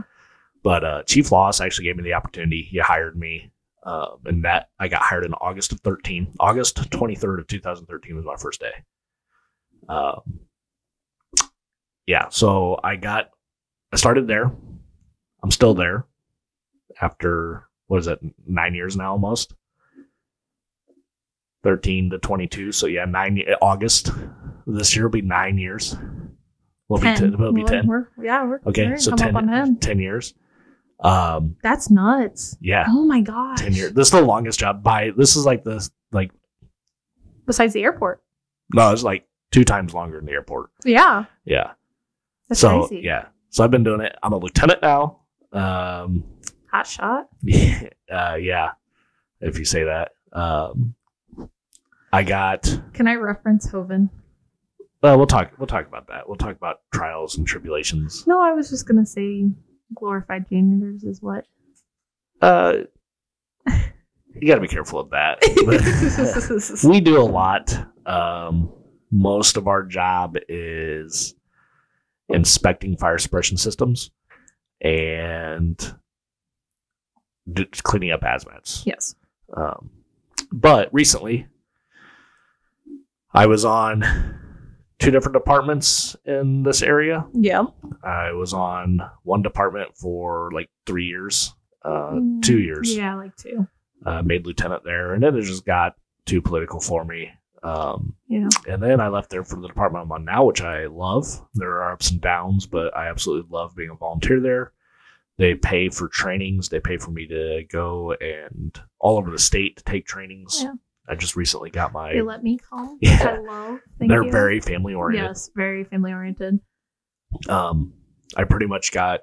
[SPEAKER 1] But uh, Chief Loss actually gave me the opportunity. He hired me, uh, and that I got hired in August of thirteen. August twenty third of two thousand thirteen was my first day. Uh, yeah, so I got I started there. I'm still there after what is it nine years now almost. 13 to 22 so yeah 9 y- august this year will be 9 years will be 10 will be
[SPEAKER 2] Well,
[SPEAKER 1] 10
[SPEAKER 2] We're, yeah, we're
[SPEAKER 1] Okay,
[SPEAKER 2] we're
[SPEAKER 1] so
[SPEAKER 2] come
[SPEAKER 1] 10,
[SPEAKER 2] up on him.
[SPEAKER 1] 10 years. Um,
[SPEAKER 2] That's nuts.
[SPEAKER 1] yeah,
[SPEAKER 2] Oh my gosh.
[SPEAKER 1] 10 years. This is the longest job by this is like the like
[SPEAKER 2] Besides the airport.
[SPEAKER 1] no, it's like two times longer than the airport.
[SPEAKER 2] Yeah.
[SPEAKER 1] Yeah.
[SPEAKER 2] That's
[SPEAKER 1] so
[SPEAKER 2] crazy.
[SPEAKER 1] yeah. So I've been doing it. I'm a lieutenant now. Um
[SPEAKER 2] Hot shot.
[SPEAKER 1] uh, yeah, if you say that. Um I got
[SPEAKER 2] Can I reference Hoven?
[SPEAKER 1] well, we'll talk we'll talk about that. We'll talk about trials and tribulations.
[SPEAKER 2] No, I was just gonna say glorified janitors is what.
[SPEAKER 1] Uh you gotta be careful of that. But- we do a lot. Um, most of our job is inspecting fire suppression systems and d- cleaning up hazmats.
[SPEAKER 2] yes.
[SPEAKER 1] Um, but recently, I was on two different departments in this area.
[SPEAKER 2] Yeah.
[SPEAKER 1] Uh, I was on one department for like three years, uh, two years
[SPEAKER 2] Mm, Yeah, like two.
[SPEAKER 1] uh, made lieutenant there, and then it just got too political for me. Um,
[SPEAKER 2] Yeah.
[SPEAKER 1] and then I left there for the department I'm on now, which I love. There are ups and downs, but I absolutely love being a volunteer there. They pay for trainings. They pay for me to go and all over the state to take trainings.
[SPEAKER 2] Yeah.
[SPEAKER 1] I just recently got my.
[SPEAKER 2] They let me come.
[SPEAKER 1] Yeah.
[SPEAKER 2] Hello. Thank
[SPEAKER 1] they're
[SPEAKER 2] you.
[SPEAKER 1] very family oriented.
[SPEAKER 2] Yes, very family oriented.
[SPEAKER 1] Um, I pretty much got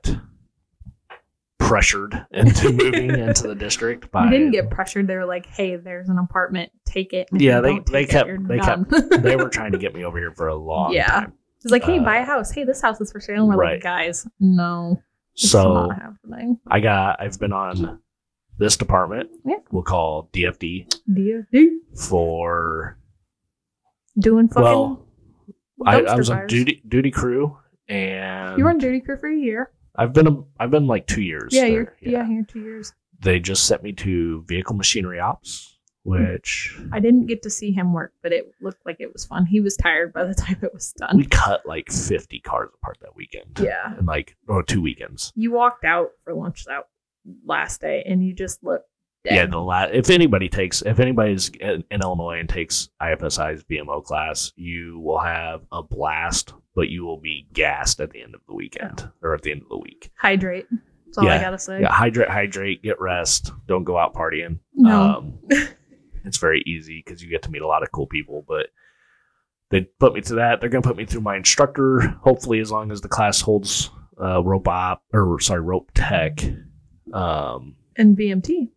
[SPEAKER 1] pressured into moving into the district by
[SPEAKER 2] We didn't get pressured. They were like, "Hey, there's an apartment. Take it."
[SPEAKER 1] Yeah, they- they kept- they
[SPEAKER 2] kept.
[SPEAKER 1] they were trying to get me over here for a long
[SPEAKER 2] Yeah.
[SPEAKER 1] time.
[SPEAKER 2] It's like, hey, buy
[SPEAKER 1] Uh,
[SPEAKER 2] a house. Hey, this house is for sale. And we're
[SPEAKER 1] right.
[SPEAKER 2] like, guys, no, it's
[SPEAKER 1] So
[SPEAKER 2] not happening.
[SPEAKER 1] I got I've been on this department
[SPEAKER 2] Yeah.
[SPEAKER 1] we'll call DFD
[SPEAKER 2] DFD
[SPEAKER 1] for
[SPEAKER 2] doing fucking.
[SPEAKER 1] well I, I
[SPEAKER 2] dumpster
[SPEAKER 1] was on
[SPEAKER 2] fires.
[SPEAKER 1] duty duty crew and
[SPEAKER 2] You were on duty crew for a year.
[SPEAKER 1] I've been a, I've been like two years.
[SPEAKER 2] Yeah,
[SPEAKER 1] there,
[SPEAKER 2] you're yeah, here two years.
[SPEAKER 1] They just sent me to vehicle machinery ops, which
[SPEAKER 2] I didn't get to see him work, but it looked like it was fun. He was tired by the time it was
[SPEAKER 1] we
[SPEAKER 2] done.
[SPEAKER 1] cut like fifty cars apart that weekend.
[SPEAKER 2] Yeah,
[SPEAKER 1] And like oh two weekends.
[SPEAKER 2] you walked out for lunch that last day, and you just looked. Dead.
[SPEAKER 1] Yeah, the la- if anybody takes if anybody's in, in Illinois and takes IFSI's BMO class, you will have a blast, but you will be gassed at the end of the weekend or at the end of the week.
[SPEAKER 2] hydrate. That's all
[SPEAKER 1] Yeah,
[SPEAKER 2] I gotta say.
[SPEAKER 1] Yeah, hydrate, hydrate, get rest. Don't go out partying.
[SPEAKER 2] No.
[SPEAKER 1] Um, it's very easy because you get to meet a lot of cool people. But they put me to that. They're gonna put me through my instructor. Hopefully, as long as the class holds uh, rope op or sorry rope tech. Um,
[SPEAKER 2] and VMT,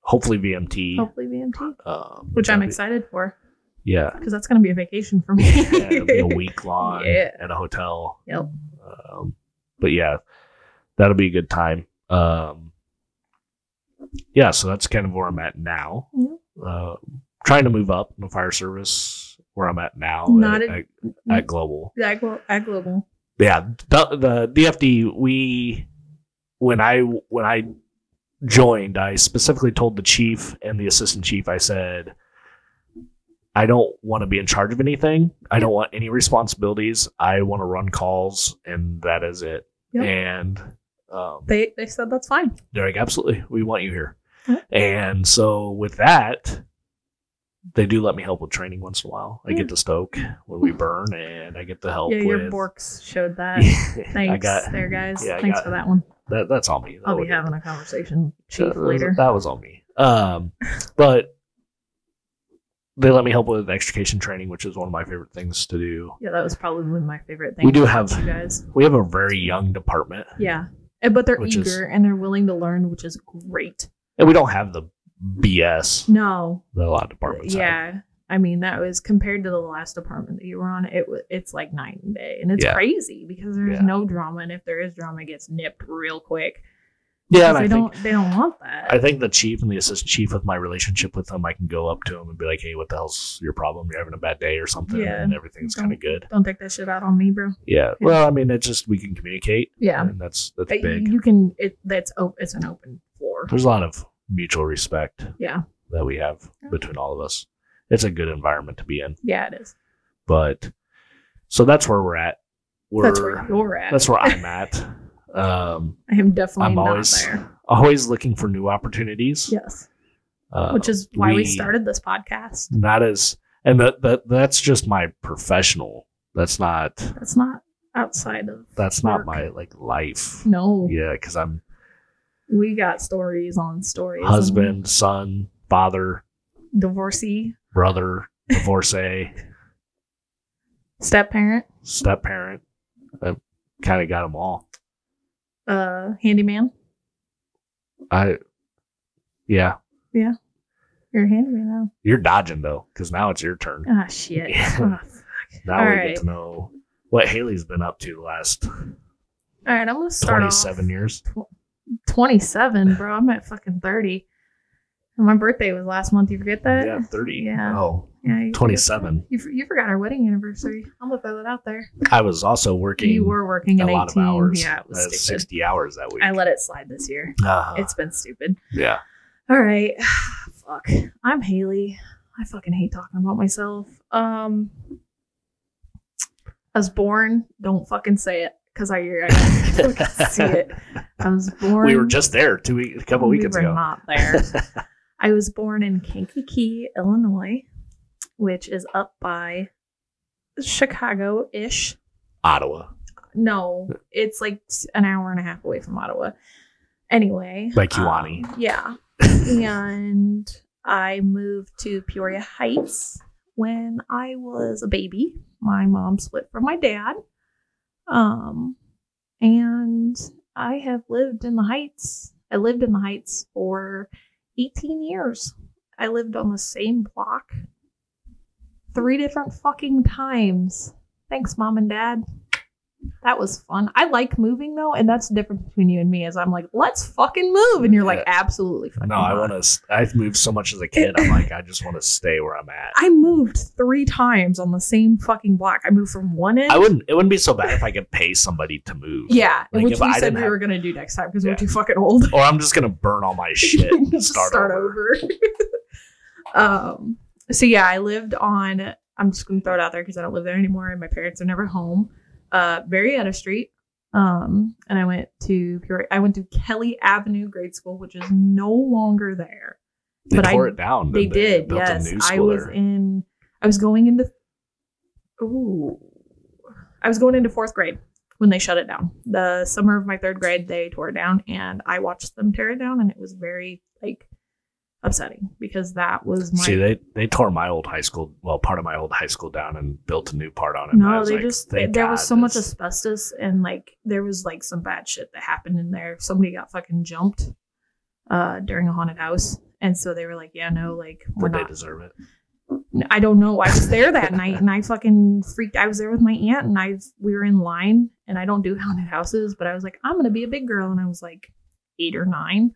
[SPEAKER 1] hopefully VMT.
[SPEAKER 2] hopefully VMT,
[SPEAKER 1] Um,
[SPEAKER 2] Oh. which I'm
[SPEAKER 1] that'd be-
[SPEAKER 2] excited for
[SPEAKER 1] Yeah.
[SPEAKER 2] because that's gonna be a vacation for me.
[SPEAKER 1] yeah it'll be a week long
[SPEAKER 2] Yeah.
[SPEAKER 1] at a hotel.
[SPEAKER 2] Yep.
[SPEAKER 1] Um, but yeah, that'll be a good time. Um, yeah, so that's kind of where I'm at now.
[SPEAKER 2] Yep.
[SPEAKER 1] Uh, trying to move up in the fire service where I'm at now
[SPEAKER 2] Not
[SPEAKER 1] at,
[SPEAKER 2] a-
[SPEAKER 1] at- at Global.
[SPEAKER 2] Yeah, glo- at global.
[SPEAKER 1] Yeah, the, the DFD we when I when I joined, I specifically told the chief and the assistant chief, I said, I don't want to be in charge of anything. I don't want any responsibilities. I want to run calls, and that is it.
[SPEAKER 2] Yep.
[SPEAKER 1] And um,
[SPEAKER 2] They they said that's fine.
[SPEAKER 1] they're like, absolutely, we want you here.
[SPEAKER 2] Yeah.
[SPEAKER 1] And so with that, they do let me help with training once in a while. I
[SPEAKER 2] Yeah.
[SPEAKER 1] get to stoke when we burn, and I get to help.
[SPEAKER 2] Mm. yeah, your
[SPEAKER 1] with,
[SPEAKER 2] Borks showed that. Thanks
[SPEAKER 1] Oh, I got
[SPEAKER 2] there, guys.
[SPEAKER 1] yeah, I
[SPEAKER 2] Thanks
[SPEAKER 1] got-
[SPEAKER 2] for that one.
[SPEAKER 1] that. That's all me.
[SPEAKER 2] I'll be
[SPEAKER 1] That was-
[SPEAKER 2] having a conversation with chief
[SPEAKER 1] that was-
[SPEAKER 2] later.
[SPEAKER 1] That was on me. Um, but they let me help with extrication training, which is one of my favorite things to do.
[SPEAKER 2] Yeah, that was probably my favorite thing.
[SPEAKER 1] We do
[SPEAKER 2] about
[SPEAKER 1] have-
[SPEAKER 2] you guys.
[SPEAKER 1] We have a very young department,
[SPEAKER 2] Yeah, And- but they're
[SPEAKER 1] Which
[SPEAKER 2] eager
[SPEAKER 1] is-
[SPEAKER 2] and they're willing to learn, which is great.
[SPEAKER 1] and we don't have the BS
[SPEAKER 2] No,
[SPEAKER 1] that a lot of departments have.
[SPEAKER 2] yeah, I mean, that was compared to the last apartment that you were on. It was it's like night and day, and it's
[SPEAKER 1] Yeah.
[SPEAKER 2] crazy because there's
[SPEAKER 1] Yeah.
[SPEAKER 2] no drama, and if there is drama, it gets nipped real quick.
[SPEAKER 1] Yeah,
[SPEAKER 2] because
[SPEAKER 1] and I
[SPEAKER 2] they
[SPEAKER 1] think
[SPEAKER 2] don't they don't want that.
[SPEAKER 1] I think the chief and the assistant chief with my relationship with them, I can go up to him and be like, "Hey, what the hell's your problem? You're having a bad day or something?"
[SPEAKER 2] Yeah.
[SPEAKER 1] And everything's kind of
[SPEAKER 2] Don't-
[SPEAKER 1] good.
[SPEAKER 2] Don't take that shit out on me, bro.
[SPEAKER 1] Yeah. Well, I mean, it's just we can communicate.
[SPEAKER 2] Yeah,
[SPEAKER 1] And that's that's
[SPEAKER 2] But
[SPEAKER 1] big.
[SPEAKER 2] you can. It that's op- it's an open floor.
[SPEAKER 1] There's a lot of mutual respect.
[SPEAKER 2] Yeah.
[SPEAKER 1] That we have
[SPEAKER 2] Yeah.
[SPEAKER 1] between all of us. It's a good environment to be in.
[SPEAKER 2] Yeah, it is.
[SPEAKER 1] But so that's where we're at. We're
[SPEAKER 2] that's where you're at.
[SPEAKER 1] that's where I'm at. Um,
[SPEAKER 2] I am definitely
[SPEAKER 1] I'm
[SPEAKER 2] not
[SPEAKER 1] always
[SPEAKER 2] there.
[SPEAKER 1] always looking for new opportunities.
[SPEAKER 2] Yes,
[SPEAKER 1] Uh,
[SPEAKER 2] which is why we,
[SPEAKER 1] we-
[SPEAKER 2] started this podcast.
[SPEAKER 1] not as and that that that's just my professional that's not
[SPEAKER 2] That's not outside of
[SPEAKER 1] that's not
[SPEAKER 2] Work. Mm-hmm.
[SPEAKER 1] my like life
[SPEAKER 2] no.
[SPEAKER 1] yeah because i'm
[SPEAKER 2] We got stories on stories.
[SPEAKER 1] husband son father
[SPEAKER 2] and divorcee,
[SPEAKER 1] brother divorcee
[SPEAKER 2] step parent,
[SPEAKER 1] step parent i kind of got them all
[SPEAKER 2] uh, handyman.
[SPEAKER 1] i yeah
[SPEAKER 2] You're a handyman now.
[SPEAKER 1] you're dodging though because now it's your turn
[SPEAKER 2] Ah, shit.
[SPEAKER 1] Yeah.
[SPEAKER 2] Ah,
[SPEAKER 1] now
[SPEAKER 2] all
[SPEAKER 1] we
[SPEAKER 2] right.
[SPEAKER 1] get to know what haley's been up to the last
[SPEAKER 2] All right, I'm gonna start
[SPEAKER 1] 27
[SPEAKER 2] off.
[SPEAKER 1] years
[SPEAKER 2] 27, bro. I'm at fucking 30. And my birthday was last month. You forget that?
[SPEAKER 1] yeah 30
[SPEAKER 2] yeah.
[SPEAKER 1] oh
[SPEAKER 2] Yeah, you forget
[SPEAKER 1] 27.
[SPEAKER 2] that. You, for- you forgot our wedding anniversary. I'm gonna throw that out there.
[SPEAKER 1] i was also working
[SPEAKER 2] You were working
[SPEAKER 1] a
[SPEAKER 2] at 18.
[SPEAKER 1] lot of hours
[SPEAKER 2] Yeah, it was
[SPEAKER 1] That's
[SPEAKER 2] stupid.
[SPEAKER 1] 60 hours that week
[SPEAKER 2] I let it slide this year.
[SPEAKER 1] Uh-huh.
[SPEAKER 2] It's been stupid.
[SPEAKER 1] yeah.
[SPEAKER 2] All right. Fuck. I'm Haley. I fucking hate talking about myself. Um I was born. Don't fucking say it because I, I can fucking see it. I was born.
[SPEAKER 1] We were just there two weeks, a couple weekends
[SPEAKER 2] we were
[SPEAKER 1] ago.
[SPEAKER 2] not there. I was born in Kankakee, Illinois, which is up by Chicago ish.
[SPEAKER 1] Ottawa,
[SPEAKER 2] No, it's like an hour and a half away from Ottawa. Anyway.
[SPEAKER 1] by Kiwani.
[SPEAKER 2] um, yeah. and I moved to Peoria Heights when I was a baby. My mom split from my dad. Um, and I have lived in the Heights. I lived in the Heights for 18 years. I lived on the same block three different fucking times. Thanks, mom and dad. That was fun. I like moving though, and that's the difference between you and me. Is I'm like, let's fucking move, and you're like,
[SPEAKER 1] Yeah.
[SPEAKER 2] absolutely fucking.
[SPEAKER 1] no, I
[SPEAKER 2] not.
[SPEAKER 1] want to. I moved so much as a kid. I'm like, I just want to stay where I'm at.
[SPEAKER 2] I moved three times on the same fucking block. I moved from one end.
[SPEAKER 1] I wouldn't. It wouldn't be so bad if I could pay somebody to move.
[SPEAKER 2] yeah,
[SPEAKER 1] Like,
[SPEAKER 2] which
[SPEAKER 1] if
[SPEAKER 2] we
[SPEAKER 1] I
[SPEAKER 2] said
[SPEAKER 1] didn't
[SPEAKER 2] we
[SPEAKER 1] have-
[SPEAKER 2] were gonna do next time because
[SPEAKER 1] Yeah.
[SPEAKER 2] we're too fucking old.
[SPEAKER 1] Or I'm just gonna burn all my shit and
[SPEAKER 2] Just
[SPEAKER 1] start, over.
[SPEAKER 2] over. um. So yeah, I lived on. I'm just gonna throw it out there because I don't live there anymore, and my parents are never home. Uh, Marietta Street. Um, and I went to Peoria. I went to Kelly Avenue Grade School, which is no longer there.
[SPEAKER 1] They
[SPEAKER 2] But I-
[SPEAKER 1] tore it down.
[SPEAKER 2] They
[SPEAKER 1] didn't They
[SPEAKER 2] did,
[SPEAKER 1] Built
[SPEAKER 2] yes.
[SPEAKER 1] a new
[SPEAKER 2] I
[SPEAKER 1] school
[SPEAKER 2] was
[SPEAKER 1] there.
[SPEAKER 2] in. I was going into. Ooh, I was going into fourth grade when they shut it down. The summer of my third grade, they tore it down, and I watched them tear it down, and it was very like upsetting because that was my.
[SPEAKER 1] See, they they tore my old high school. Well, part of my old high school down and built a new part on it. And I
[SPEAKER 2] no,
[SPEAKER 1] was
[SPEAKER 2] they
[SPEAKER 1] like,
[SPEAKER 2] just
[SPEAKER 1] thank
[SPEAKER 2] there
[SPEAKER 1] God
[SPEAKER 2] was so much
[SPEAKER 1] this-
[SPEAKER 2] asbestos and like there was like some bad shit that happened in there. Somebody got fucking jumped uh during a haunted house. And so they were like, yeah, no, like we're
[SPEAKER 1] But they
[SPEAKER 2] not
[SPEAKER 1] deserve it.
[SPEAKER 2] I don't know. I was there that night and I fucking freaked. I was there with my aunt and I we were in line and I don't do haunted houses, but I was like, I'm gonna be a big girl and I was like eight or nine.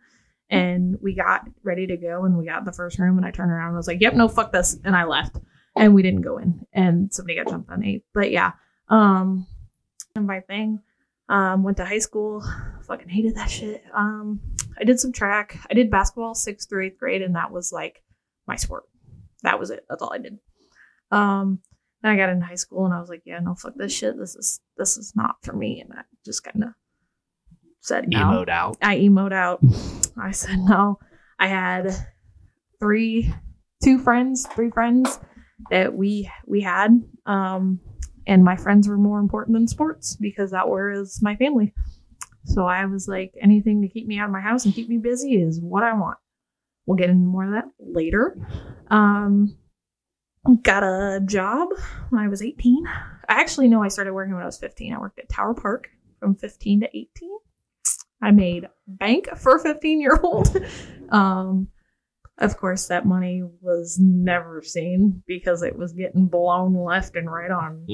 [SPEAKER 2] And we got ready to go and we got in the first room and I turned around and I was like, Yep, no, fuck this. And I left. And we didn't go in. And somebody got jumped on eight. But yeah. Um and my thing. Um, went to high school, fucking hated that shit. Um, I did some track. I did basketball sixth through eighth grade, and that was like my sport that was it. That's all I did. Um, then I got into high school and I was like, yeah, no, fuck this shit. This is this is not for me. And I just kind of said no.
[SPEAKER 1] Emoed out.
[SPEAKER 2] I emoed out. I said no. I had three, two friends, three friends that we we had, um, and my friends were more important than sports because that was my family. So I was like, anything to keep me out of my house and keep me busy is what I want. We'll get into more of that later. Um, got a job when I was 18. I actually know I started working when I was 15. I worked at Tower Park from 15 to 18. I made bank for a 15 year old. Um, Of course, that money was never seen because it was getting blown left and right on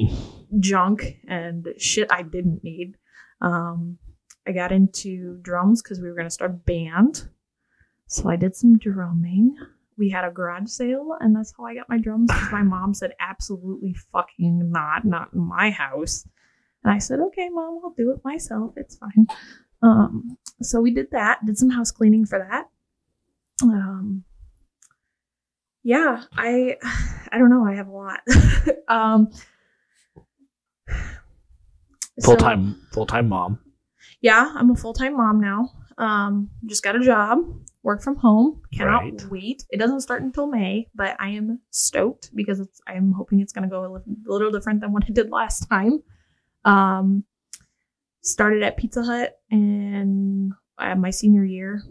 [SPEAKER 2] junk and shit I didn't need. Um, I got into drums because we were going to start a band. So I did some drumming. We had a garage sale, and that's how I got my drums because my mom said, absolutely fucking not, not in my house. And I said, okay, mom, I'll do it myself. It's fine. Um, so we did that, did some house cleaning for that. Um, yeah, I, I don't know. I have a lot. um, so-
[SPEAKER 1] Full time, full time mom.
[SPEAKER 2] yeah, I'm a full time mom now. Um, just got a job, work from home. Cannot
[SPEAKER 1] Right.
[SPEAKER 2] wait. It doesn't start until May, but I am stoked because it's, I'm hoping it's going to go a li- little different than what it did last time. Um, started at Pizza Hut in uh, my senior year,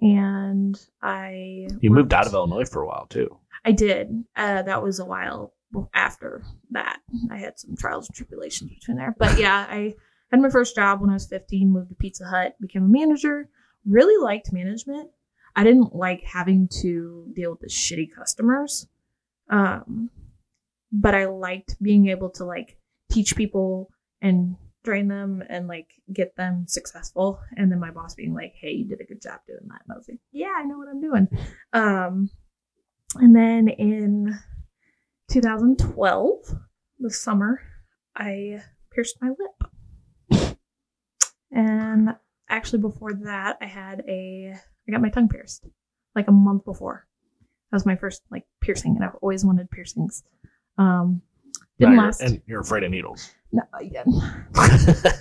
[SPEAKER 2] and I
[SPEAKER 1] You moved out
[SPEAKER 2] worked-
[SPEAKER 1] of Illinois for a while too.
[SPEAKER 2] I did. Uh, that was a while after that. I had some trials and tribulations between there. But yeah, I had my first job when I was 15, moved to Pizza Hut, became a manager, really liked management. I didn't like having to deal with the shitty customers. Um, but I liked being able to like teach people and train them and like get them successful. And then my boss being like, hey, you did a good job doing that. And I was like, yeah, I know what I'm doing. Um, and then in 2012, the summer, I pierced my lip. And actually, before that, I had a, I got my tongue pierced like a month before. That was my first like piercing, and I've always wanted piercings. Um, didn't
[SPEAKER 1] Now you're-
[SPEAKER 2] last.
[SPEAKER 1] and you're afraid of needles.
[SPEAKER 2] No, yeah.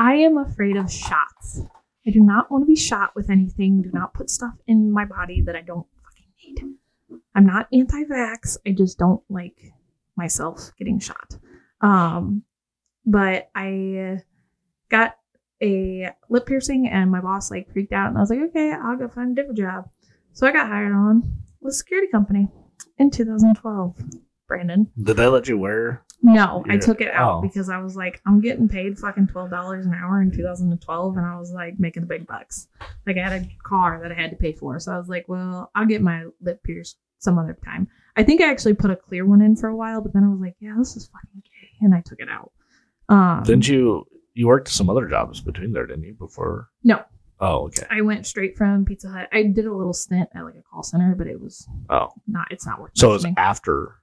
[SPEAKER 2] I am afraid of shots. I do not want to be shot with anything. Do not put stuff in my body that I don't fucking need. I'm not anti vax. I just don't like myself getting shot. Um, but I got a lip piercing and my boss like freaked out and I was like, okay, I'll go find a different job. So I got hired on with a security company in 2012. Brandon.
[SPEAKER 1] Did they let you wear?
[SPEAKER 2] No, I
[SPEAKER 1] Yeah.
[SPEAKER 2] took it out
[SPEAKER 1] Oh.
[SPEAKER 2] because I was like, I'm getting paid fucking twelve dollars an hour in 2012, and I was like making the big bucks. Like I had a car that I had to pay for, so I was like, well, I'll get my lip pierced some other time. I think I actually put a clear one in for a while, but then I was like, yeah, this is fucking gay, and I took it out. Um,
[SPEAKER 1] Didn't you? You worked some other jobs between there, didn't you? Before?
[SPEAKER 2] No.
[SPEAKER 1] Oh, okay.
[SPEAKER 2] I went straight from Pizza Hut. I did a little stint at like a call center, but it was
[SPEAKER 1] Oh,
[SPEAKER 2] not. It's not working.
[SPEAKER 1] so it
[SPEAKER 2] for
[SPEAKER 1] was
[SPEAKER 2] me.
[SPEAKER 1] after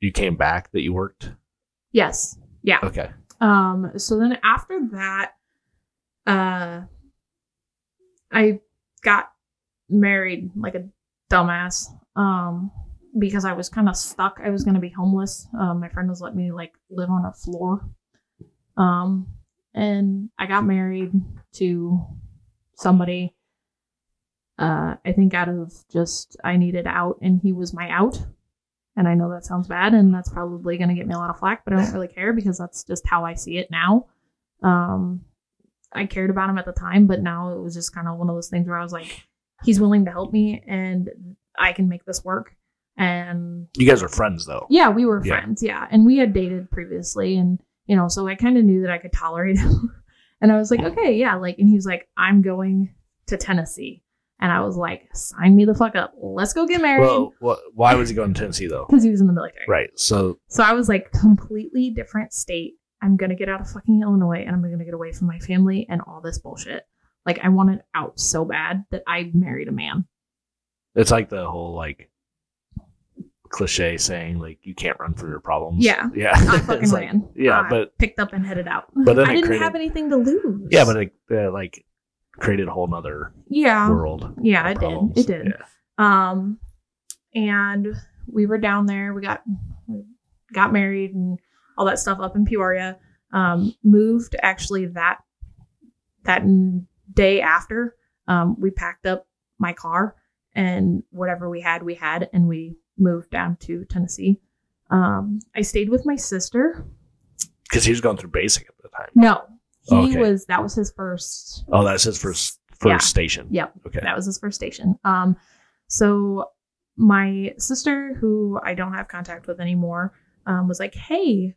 [SPEAKER 1] you came back that you worked.
[SPEAKER 2] yes, yeah.
[SPEAKER 1] Okay.
[SPEAKER 2] Um, so then after that, uh, I got married like a dumbass. Um, because I was kind of stuck. I was gonna be homeless. Um, my friend was letting me like live on a floor. Um, and I got married to somebody. Uh, I think out of just I needed out, and he was my out. And I know that sounds bad, and that's probably going to get me a lot of flack, but I don't really care because that's just how I see it now. Um, I cared about him at the time, but now it was just kind of one of those things where I was like, he's willing to help me, and I can make this work. And
[SPEAKER 1] You guys are friends though.
[SPEAKER 2] yeah, we were
[SPEAKER 1] Yeah.
[SPEAKER 2] friends. Yeah. And we had dated previously. And, you know, so I kind of knew that I could tolerate him. and I was like, okay, yeah. Like, and he was like, I'm going to Tennessee. And I was like, sign me the fuck up. Let's go get married.
[SPEAKER 1] Well, wha- why was he going to Tennessee though?
[SPEAKER 2] Because he was in the military.
[SPEAKER 1] Right. So
[SPEAKER 2] So I was like, completely different state. I'm going to get out of fucking Illinois and I'm going to get away from my family and all this bullshit. Like, I wanted out so bad that I married a man.
[SPEAKER 1] it's like the whole like cliche saying like you can't run from your problems.
[SPEAKER 2] Yeah.
[SPEAKER 1] Yeah.
[SPEAKER 2] I
[SPEAKER 1] It's
[SPEAKER 2] fucking
[SPEAKER 1] like-
[SPEAKER 2] ran.
[SPEAKER 1] yeah,
[SPEAKER 2] I
[SPEAKER 1] but-
[SPEAKER 2] picked up and headed out.
[SPEAKER 1] but then
[SPEAKER 2] I
[SPEAKER 1] it
[SPEAKER 2] didn't
[SPEAKER 1] created-
[SPEAKER 2] have anything to lose.
[SPEAKER 1] Yeah, but it uh, like created a whole nother
[SPEAKER 2] yeah.
[SPEAKER 1] world.
[SPEAKER 2] Um, Yeah,
[SPEAKER 1] of
[SPEAKER 2] it
[SPEAKER 1] problems.
[SPEAKER 2] did. It did.
[SPEAKER 1] Yeah.
[SPEAKER 2] Um, and we were down there. We got got married and all that stuff up in Peoria. Um, moved actually that that n- day after. Um, we packed up my car and whatever we had, we had, and we moved down to Tennessee. Um, I stayed with my sister.
[SPEAKER 1] Because he was going through basic at the time.
[SPEAKER 2] No, he
[SPEAKER 1] Okay.
[SPEAKER 2] was. That was his first
[SPEAKER 1] Oh, that's his first first
[SPEAKER 2] Yeah.
[SPEAKER 1] station.
[SPEAKER 2] Yep.
[SPEAKER 1] Okay.
[SPEAKER 2] That was his first station. Um, so my sister, who I don't have contact with anymore, um, was like, "Hey,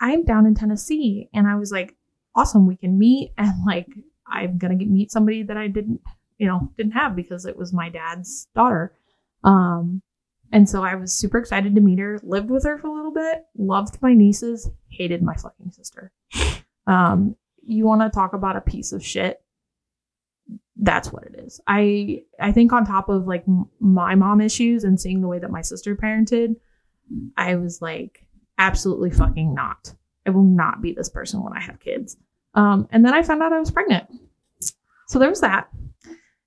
[SPEAKER 2] I'm down in Tennessee," and I was like, "Awesome, we can meet." And like, I'm gonna get, meet somebody that I didn't you know, didn't have because it was my dad's daughter. Um, and so I was super excited to meet her, lived with her for a little bit, loved my nieces, hated my fucking sister. Um, you want to talk about a piece of shit? That's what it is. I I think on top of like m- my mom issues and seeing the way that my sister parented, I was like absolutely fucking not. I will not be this person when I have kids. Um, and then I found out I was pregnant. So there was that.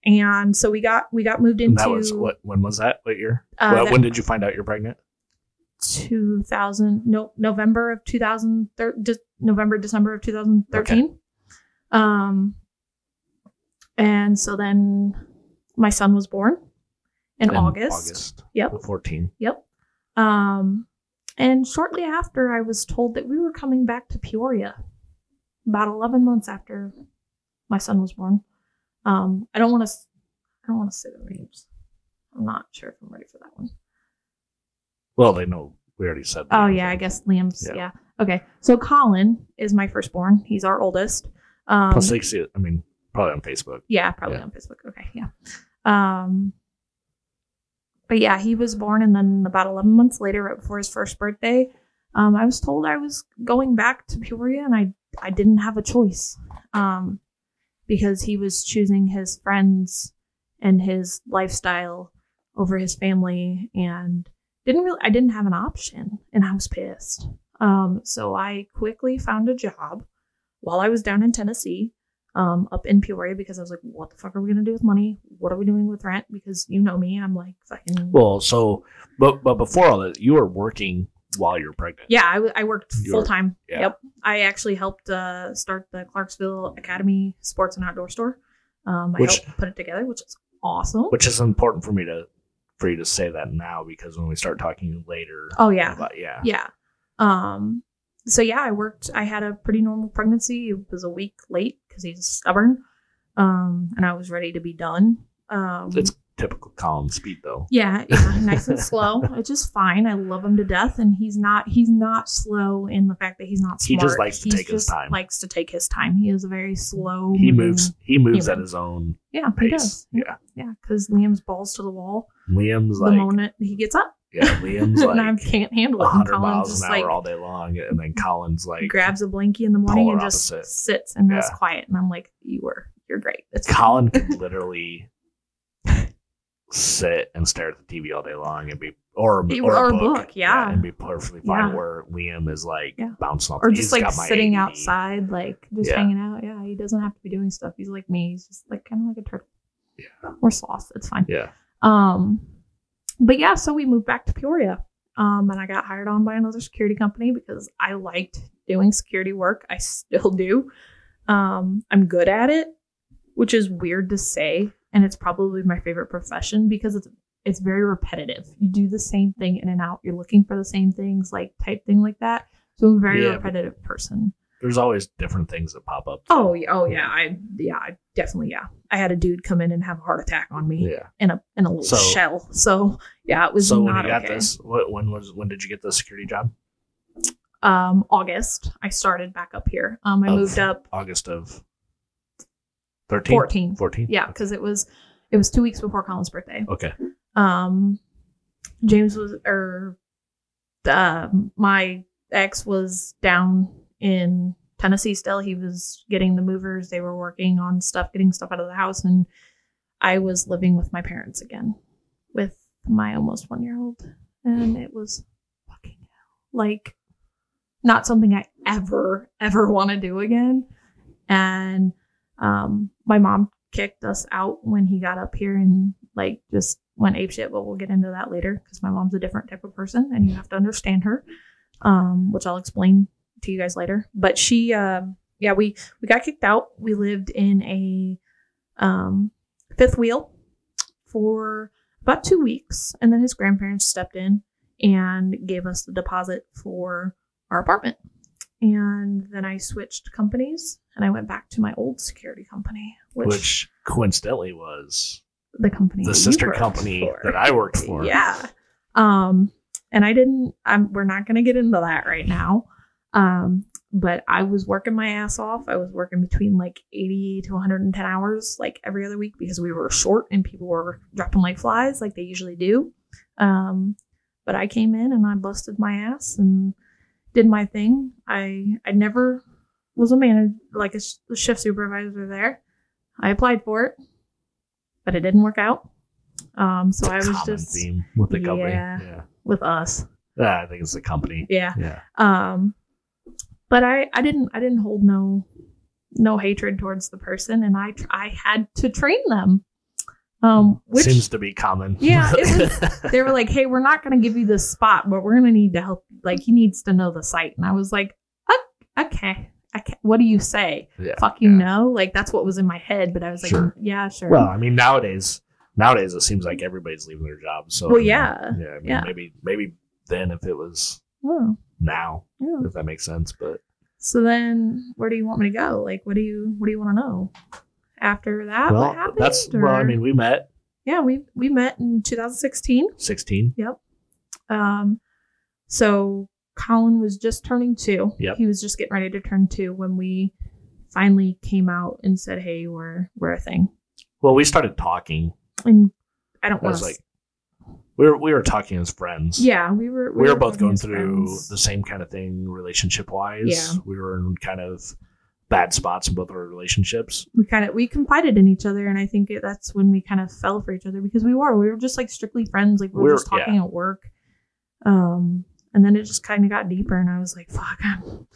[SPEAKER 2] And so we got we got moved into
[SPEAKER 1] And that was what? When was that? What year?
[SPEAKER 2] Uh,
[SPEAKER 1] well,
[SPEAKER 2] that-
[SPEAKER 1] when did you find out you're pregnant?
[SPEAKER 2] 2000 no November of 2013 de- November December of 2013 um and so then my son was born in, August.
[SPEAKER 1] August.
[SPEAKER 2] Yep.
[SPEAKER 1] 14.
[SPEAKER 2] Yep. Um, and shortly after, I was told that we were coming back to Peoria about 11 months after my son was born. Um, I don't want to, I don't want to say the names. I'm not sure if I'm ready for that one.
[SPEAKER 1] Well, they know. We already said that.
[SPEAKER 2] Oh yeah, I guess Liam's.
[SPEAKER 1] Yeah.
[SPEAKER 2] Yeah. Okay. So Colin is my firstborn. He's our oldest. Um,
[SPEAKER 1] Plus, they see it, I mean, probably on Facebook.
[SPEAKER 2] Yeah, probably
[SPEAKER 1] Yeah.
[SPEAKER 2] on Facebook. Okay, yeah. Um, but yeah, he was born, and then about eleven months later, right before his first birthday, um, I was told I was going back to Peoria, and I I didn't have a choice, um, because he was choosing his friends and his lifestyle over his family, and didn't really I didn't have an option, and I was pissed. Um, so I quickly found a job while I was down in Tennessee um, up in Peoria because I was like, what the fuck are we gonna do with money? What are we doing with rent? Because you know me, I'm like fucking.
[SPEAKER 1] Well, so, but but before all that, you were working while you're pregnant.
[SPEAKER 2] yeah, I, w- I worked
[SPEAKER 1] You
[SPEAKER 2] full
[SPEAKER 1] were-
[SPEAKER 2] time.
[SPEAKER 1] yeah.
[SPEAKER 2] Yep, I actually helped uh, start the Clarksville Academy Sports and Outdoor Store. Um, I
[SPEAKER 1] Which-
[SPEAKER 2] helped put it together, which is awesome.
[SPEAKER 1] Which is important for me to, for you to say that now because when we start talking later.
[SPEAKER 2] oh yeah,
[SPEAKER 1] About, yeah.
[SPEAKER 2] yeah. Um, so yeah, I worked. I had a pretty normal pregnancy. It was a week late because he's stubborn, um, and I was ready to be done. Um,
[SPEAKER 1] It's typical column speed though.
[SPEAKER 2] Yeah, yeah, nice and slow, which is fine. I love him to death, and he's not—he's not slow in the fact that he's not
[SPEAKER 1] He
[SPEAKER 2] smart.
[SPEAKER 1] just likes to
[SPEAKER 2] He's
[SPEAKER 1] take his
[SPEAKER 2] just
[SPEAKER 1] time.
[SPEAKER 2] Likes to take his time. He is a very slow.
[SPEAKER 1] He
[SPEAKER 2] moving-
[SPEAKER 1] moves. He moves at
[SPEAKER 2] human.
[SPEAKER 1] his own
[SPEAKER 2] Yeah, he
[SPEAKER 1] pace.
[SPEAKER 2] does.
[SPEAKER 1] Yeah.
[SPEAKER 2] yeah, because Liam's balls to the wall
[SPEAKER 1] Liam's
[SPEAKER 2] the
[SPEAKER 1] like.
[SPEAKER 2] moment he gets up,
[SPEAKER 1] Yeah. Liam's
[SPEAKER 2] and I
[SPEAKER 1] like.
[SPEAKER 2] can't handle it. And
[SPEAKER 1] 100
[SPEAKER 2] Colin
[SPEAKER 1] miles
[SPEAKER 2] just
[SPEAKER 1] an
[SPEAKER 2] like
[SPEAKER 1] hour all day long, and then Colin's like
[SPEAKER 2] grabs a blankie in the morning
[SPEAKER 1] polar
[SPEAKER 2] and just
[SPEAKER 1] opposite.
[SPEAKER 2] sits and is
[SPEAKER 1] Yeah.
[SPEAKER 2] quiet. And I'm like, "You were, you're great." It's
[SPEAKER 1] Colin could literally sit and stare at the TV all day long and be or
[SPEAKER 2] He-
[SPEAKER 1] or, a book,
[SPEAKER 2] yeah.
[SPEAKER 1] and be perfectly fine.
[SPEAKER 2] Yeah.
[SPEAKER 1] Where Liam is like
[SPEAKER 2] Yeah.
[SPEAKER 1] bouncing off,
[SPEAKER 2] or
[SPEAKER 1] he's
[SPEAKER 2] just like
[SPEAKER 1] got my
[SPEAKER 2] sitting
[SPEAKER 1] ADD.
[SPEAKER 2] outside, like just
[SPEAKER 1] Yeah.
[SPEAKER 2] hanging out. Yeah, he doesn't have to be doing stuff. He's like me. He's just like kind of like a turtle.
[SPEAKER 1] Yeah.
[SPEAKER 2] Or sloth. It's fine.
[SPEAKER 1] Yeah,
[SPEAKER 2] Um, but yeah, so we moved back to Peoria. Um, and I got hired on by another security company because I liked doing security work. I still do. Um, I'm good at it, which is weird to say, and it's probably my favorite profession because it's it's very repetitive. You do the same thing in and out. You're looking for the same things, like type thing like that. So I'm a very
[SPEAKER 1] Yeah.
[SPEAKER 2] repetitive person.
[SPEAKER 1] there's always different things that pop up.
[SPEAKER 2] Oh, yeah, oh yeah, I yeah, I definitely yeah. I had a dude come in and have a heart attack on me
[SPEAKER 1] yeah.
[SPEAKER 2] in a in a little
[SPEAKER 1] So-
[SPEAKER 2] shell. So yeah, it was
[SPEAKER 1] So when you
[SPEAKER 2] not
[SPEAKER 1] got
[SPEAKER 2] okay.
[SPEAKER 1] this, what, when was when did you get the security job?
[SPEAKER 2] Um, August, I started back up here. Um, I
[SPEAKER 1] Of
[SPEAKER 2] moved up
[SPEAKER 1] August of thirteen.
[SPEAKER 2] 14.
[SPEAKER 1] 14?
[SPEAKER 2] Yeah, because it was it was two weeks before Colin's birthday.
[SPEAKER 1] Okay.
[SPEAKER 2] Um, James was or uh, my ex was down in Tennessee still. He was getting the movers. They were working on stuff, getting stuff out of the house, and I was living with my parents again with my almost one year old, and it was fucking hell. Like, not something I ever ever want to do again. And um, my mom kicked us out when he got up here and like just went apeshit, but we'll get into that later because my mom's a different type of person and you have to understand her, um, which I'll explain to you guys later. But she, um, yeah, we we got kicked out. We lived in a um, fifth wheel for about two weeks, and then his grandparents stepped in and gave us the deposit for our apartment. And then I switched companies and I went back to my old security company,
[SPEAKER 1] Which,
[SPEAKER 2] which,
[SPEAKER 1] coincidentally was
[SPEAKER 2] the company
[SPEAKER 1] the
[SPEAKER 2] that you
[SPEAKER 1] sister
[SPEAKER 2] worked
[SPEAKER 1] company
[SPEAKER 2] for.
[SPEAKER 1] that I worked for.
[SPEAKER 2] Yeah. Um, and I didn't. I'm. We're not going to get into that right now. Um, but I was working my ass off. I was working between like 80 to 110 hours like every other week because we were short and people were dropping like flies like they usually do. Um, but I came in and I busted my ass and did my thing. I I never was a manager like a sh- shift supervisor there. I applied for it, but it didn't work out. Um, so I
[SPEAKER 1] It's a
[SPEAKER 2] was
[SPEAKER 1] common
[SPEAKER 2] just
[SPEAKER 1] theme with the company.
[SPEAKER 2] Yeah.
[SPEAKER 1] Yeah.
[SPEAKER 2] with us.
[SPEAKER 1] Yeah, I think it's the company.
[SPEAKER 2] Yeah.
[SPEAKER 1] Yeah.
[SPEAKER 2] um but i i didn't i didn't hold no no hatred towards the person and i tr- i had to train them um which
[SPEAKER 1] seems to be common.
[SPEAKER 2] Yeah, it they were like hey we're not going to give you this spot but we're going to need to help like he needs to know the site and i was like "Ok- okay okay what do you say
[SPEAKER 1] Yeah,
[SPEAKER 2] fuck you
[SPEAKER 1] yeah.
[SPEAKER 2] know like that's what was in my head but i was like "Mm,
[SPEAKER 1] Sure.
[SPEAKER 2] yeah sure
[SPEAKER 1] well, I mean, nowadays, nowadays it seems like everybody's leaving their jobs. So
[SPEAKER 2] Well,
[SPEAKER 1] I mean,
[SPEAKER 2] yeah.
[SPEAKER 1] yeah, I mean,
[SPEAKER 2] Yeah.
[SPEAKER 1] Maybe, maybe then if it was
[SPEAKER 2] Oh,
[SPEAKER 1] now,
[SPEAKER 2] yeah.
[SPEAKER 1] if that makes sense. But
[SPEAKER 2] so then where do you want me to go like what do you what do you want to know after that
[SPEAKER 1] well,
[SPEAKER 2] what happened
[SPEAKER 1] that's well. I
[SPEAKER 2] or-
[SPEAKER 1] mean, we met
[SPEAKER 2] yeah, we we met in 2016.
[SPEAKER 1] sixteen.
[SPEAKER 2] Um, so Colin was just turning two.
[SPEAKER 1] Yep.
[SPEAKER 2] He was just getting ready to turn two when we finally came out and said, "Hey, we're we're a thing."
[SPEAKER 1] Well, we started talking.
[SPEAKER 2] And I don't
[SPEAKER 1] I
[SPEAKER 2] want
[SPEAKER 1] was
[SPEAKER 2] to.
[SPEAKER 1] like, we were we were talking as friends.
[SPEAKER 2] yeah, we were
[SPEAKER 1] we were both going
[SPEAKER 2] as
[SPEAKER 1] through
[SPEAKER 2] friends.
[SPEAKER 1] the same kind of thing relationship wise.
[SPEAKER 2] Yeah.
[SPEAKER 1] We were in kind of bad spots in both our relationships.
[SPEAKER 2] we kind of we confided in each other, and I think it, that's when we kind of fell for each other because we were we were just like strictly friends, like we were,
[SPEAKER 1] We're-
[SPEAKER 2] just talking at work. Um, and then it just kind of got deeper, and I was like, "Fuck, I'm."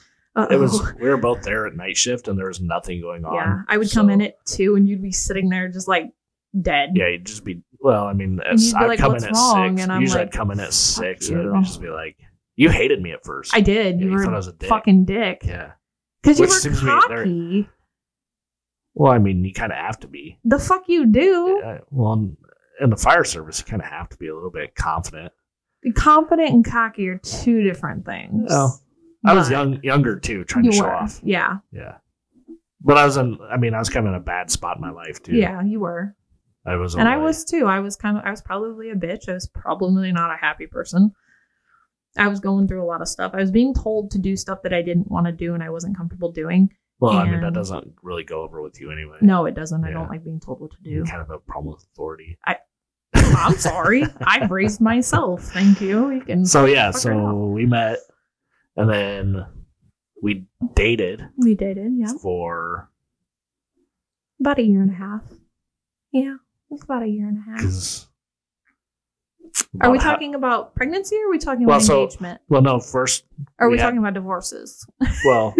[SPEAKER 1] It was
[SPEAKER 2] uh-oh."
[SPEAKER 1] we were both there at night shift and there was nothing going on.
[SPEAKER 2] Oh. Yeah, I would come in
[SPEAKER 1] So,
[SPEAKER 2] at two, and you'd be sitting there just like dead.
[SPEAKER 1] Yeah, you'd just be well, I mean
[SPEAKER 2] And you'd
[SPEAKER 1] as
[SPEAKER 2] be
[SPEAKER 1] I'd
[SPEAKER 2] like,
[SPEAKER 1] come in
[SPEAKER 2] "What's
[SPEAKER 1] at
[SPEAKER 2] wrong?"
[SPEAKER 1] six.
[SPEAKER 2] And I'm
[SPEAKER 1] usually
[SPEAKER 2] like,
[SPEAKER 1] I'd come in at
[SPEAKER 2] "Fuck
[SPEAKER 1] six
[SPEAKER 2] you."
[SPEAKER 1] and I'd just be like You hated me at first.
[SPEAKER 2] I did.
[SPEAKER 1] Yeah,
[SPEAKER 2] you
[SPEAKER 1] you
[SPEAKER 2] were
[SPEAKER 1] thought I was a dick.
[SPEAKER 2] fucking dick
[SPEAKER 1] yeah.
[SPEAKER 2] because you
[SPEAKER 1] Which
[SPEAKER 2] were
[SPEAKER 1] seems to me they're-
[SPEAKER 2] cocky.
[SPEAKER 1] Well, I mean you kinda have to be.
[SPEAKER 2] The fuck you do.
[SPEAKER 1] Yeah, well in- in the fire service you kinda have to be a little bit confident.
[SPEAKER 2] Confident and cocky are two different things.
[SPEAKER 1] Well, Oh. I was
[SPEAKER 2] But
[SPEAKER 1] young younger too, trying
[SPEAKER 2] you
[SPEAKER 1] to show
[SPEAKER 2] were.
[SPEAKER 1] off.
[SPEAKER 2] Yeah,
[SPEAKER 1] Yeah. But I was in I mean, I was kind of in a bad spot in my life too.
[SPEAKER 2] yeah, you were,
[SPEAKER 1] I was
[SPEAKER 2] and I
[SPEAKER 1] only-
[SPEAKER 2] was too. I was kind of. I was probably a bitch. I was probably not a happy person. I was going through a lot of stuff. I was being told to do stuff that I didn't want to do and I wasn't comfortable doing.
[SPEAKER 1] Well, I mean, that
[SPEAKER 2] and-
[SPEAKER 1] doesn't really go over with you anyway.
[SPEAKER 2] No, it doesn't. I
[SPEAKER 1] Yeah.
[SPEAKER 2] don't like being told what to do.
[SPEAKER 1] you kind of have a problem with authority.
[SPEAKER 2] I- I'm sorry. I've raised myself. Thank you. You can.
[SPEAKER 1] so yeah,
[SPEAKER 2] Fuck
[SPEAKER 1] so
[SPEAKER 2] it up.
[SPEAKER 1] we met, and then we dated
[SPEAKER 2] We dated, yeah.
[SPEAKER 1] for
[SPEAKER 2] About a year and a half. Yeah, it's about a year and a half.
[SPEAKER 1] because.
[SPEAKER 2] Are we talking about pregnancy or are we talking
[SPEAKER 1] Well,
[SPEAKER 2] about
[SPEAKER 1] so-
[SPEAKER 2] engagement?
[SPEAKER 1] well, no. First,
[SPEAKER 2] Or are we
[SPEAKER 1] we had-
[SPEAKER 2] talking about divorces?
[SPEAKER 1] well,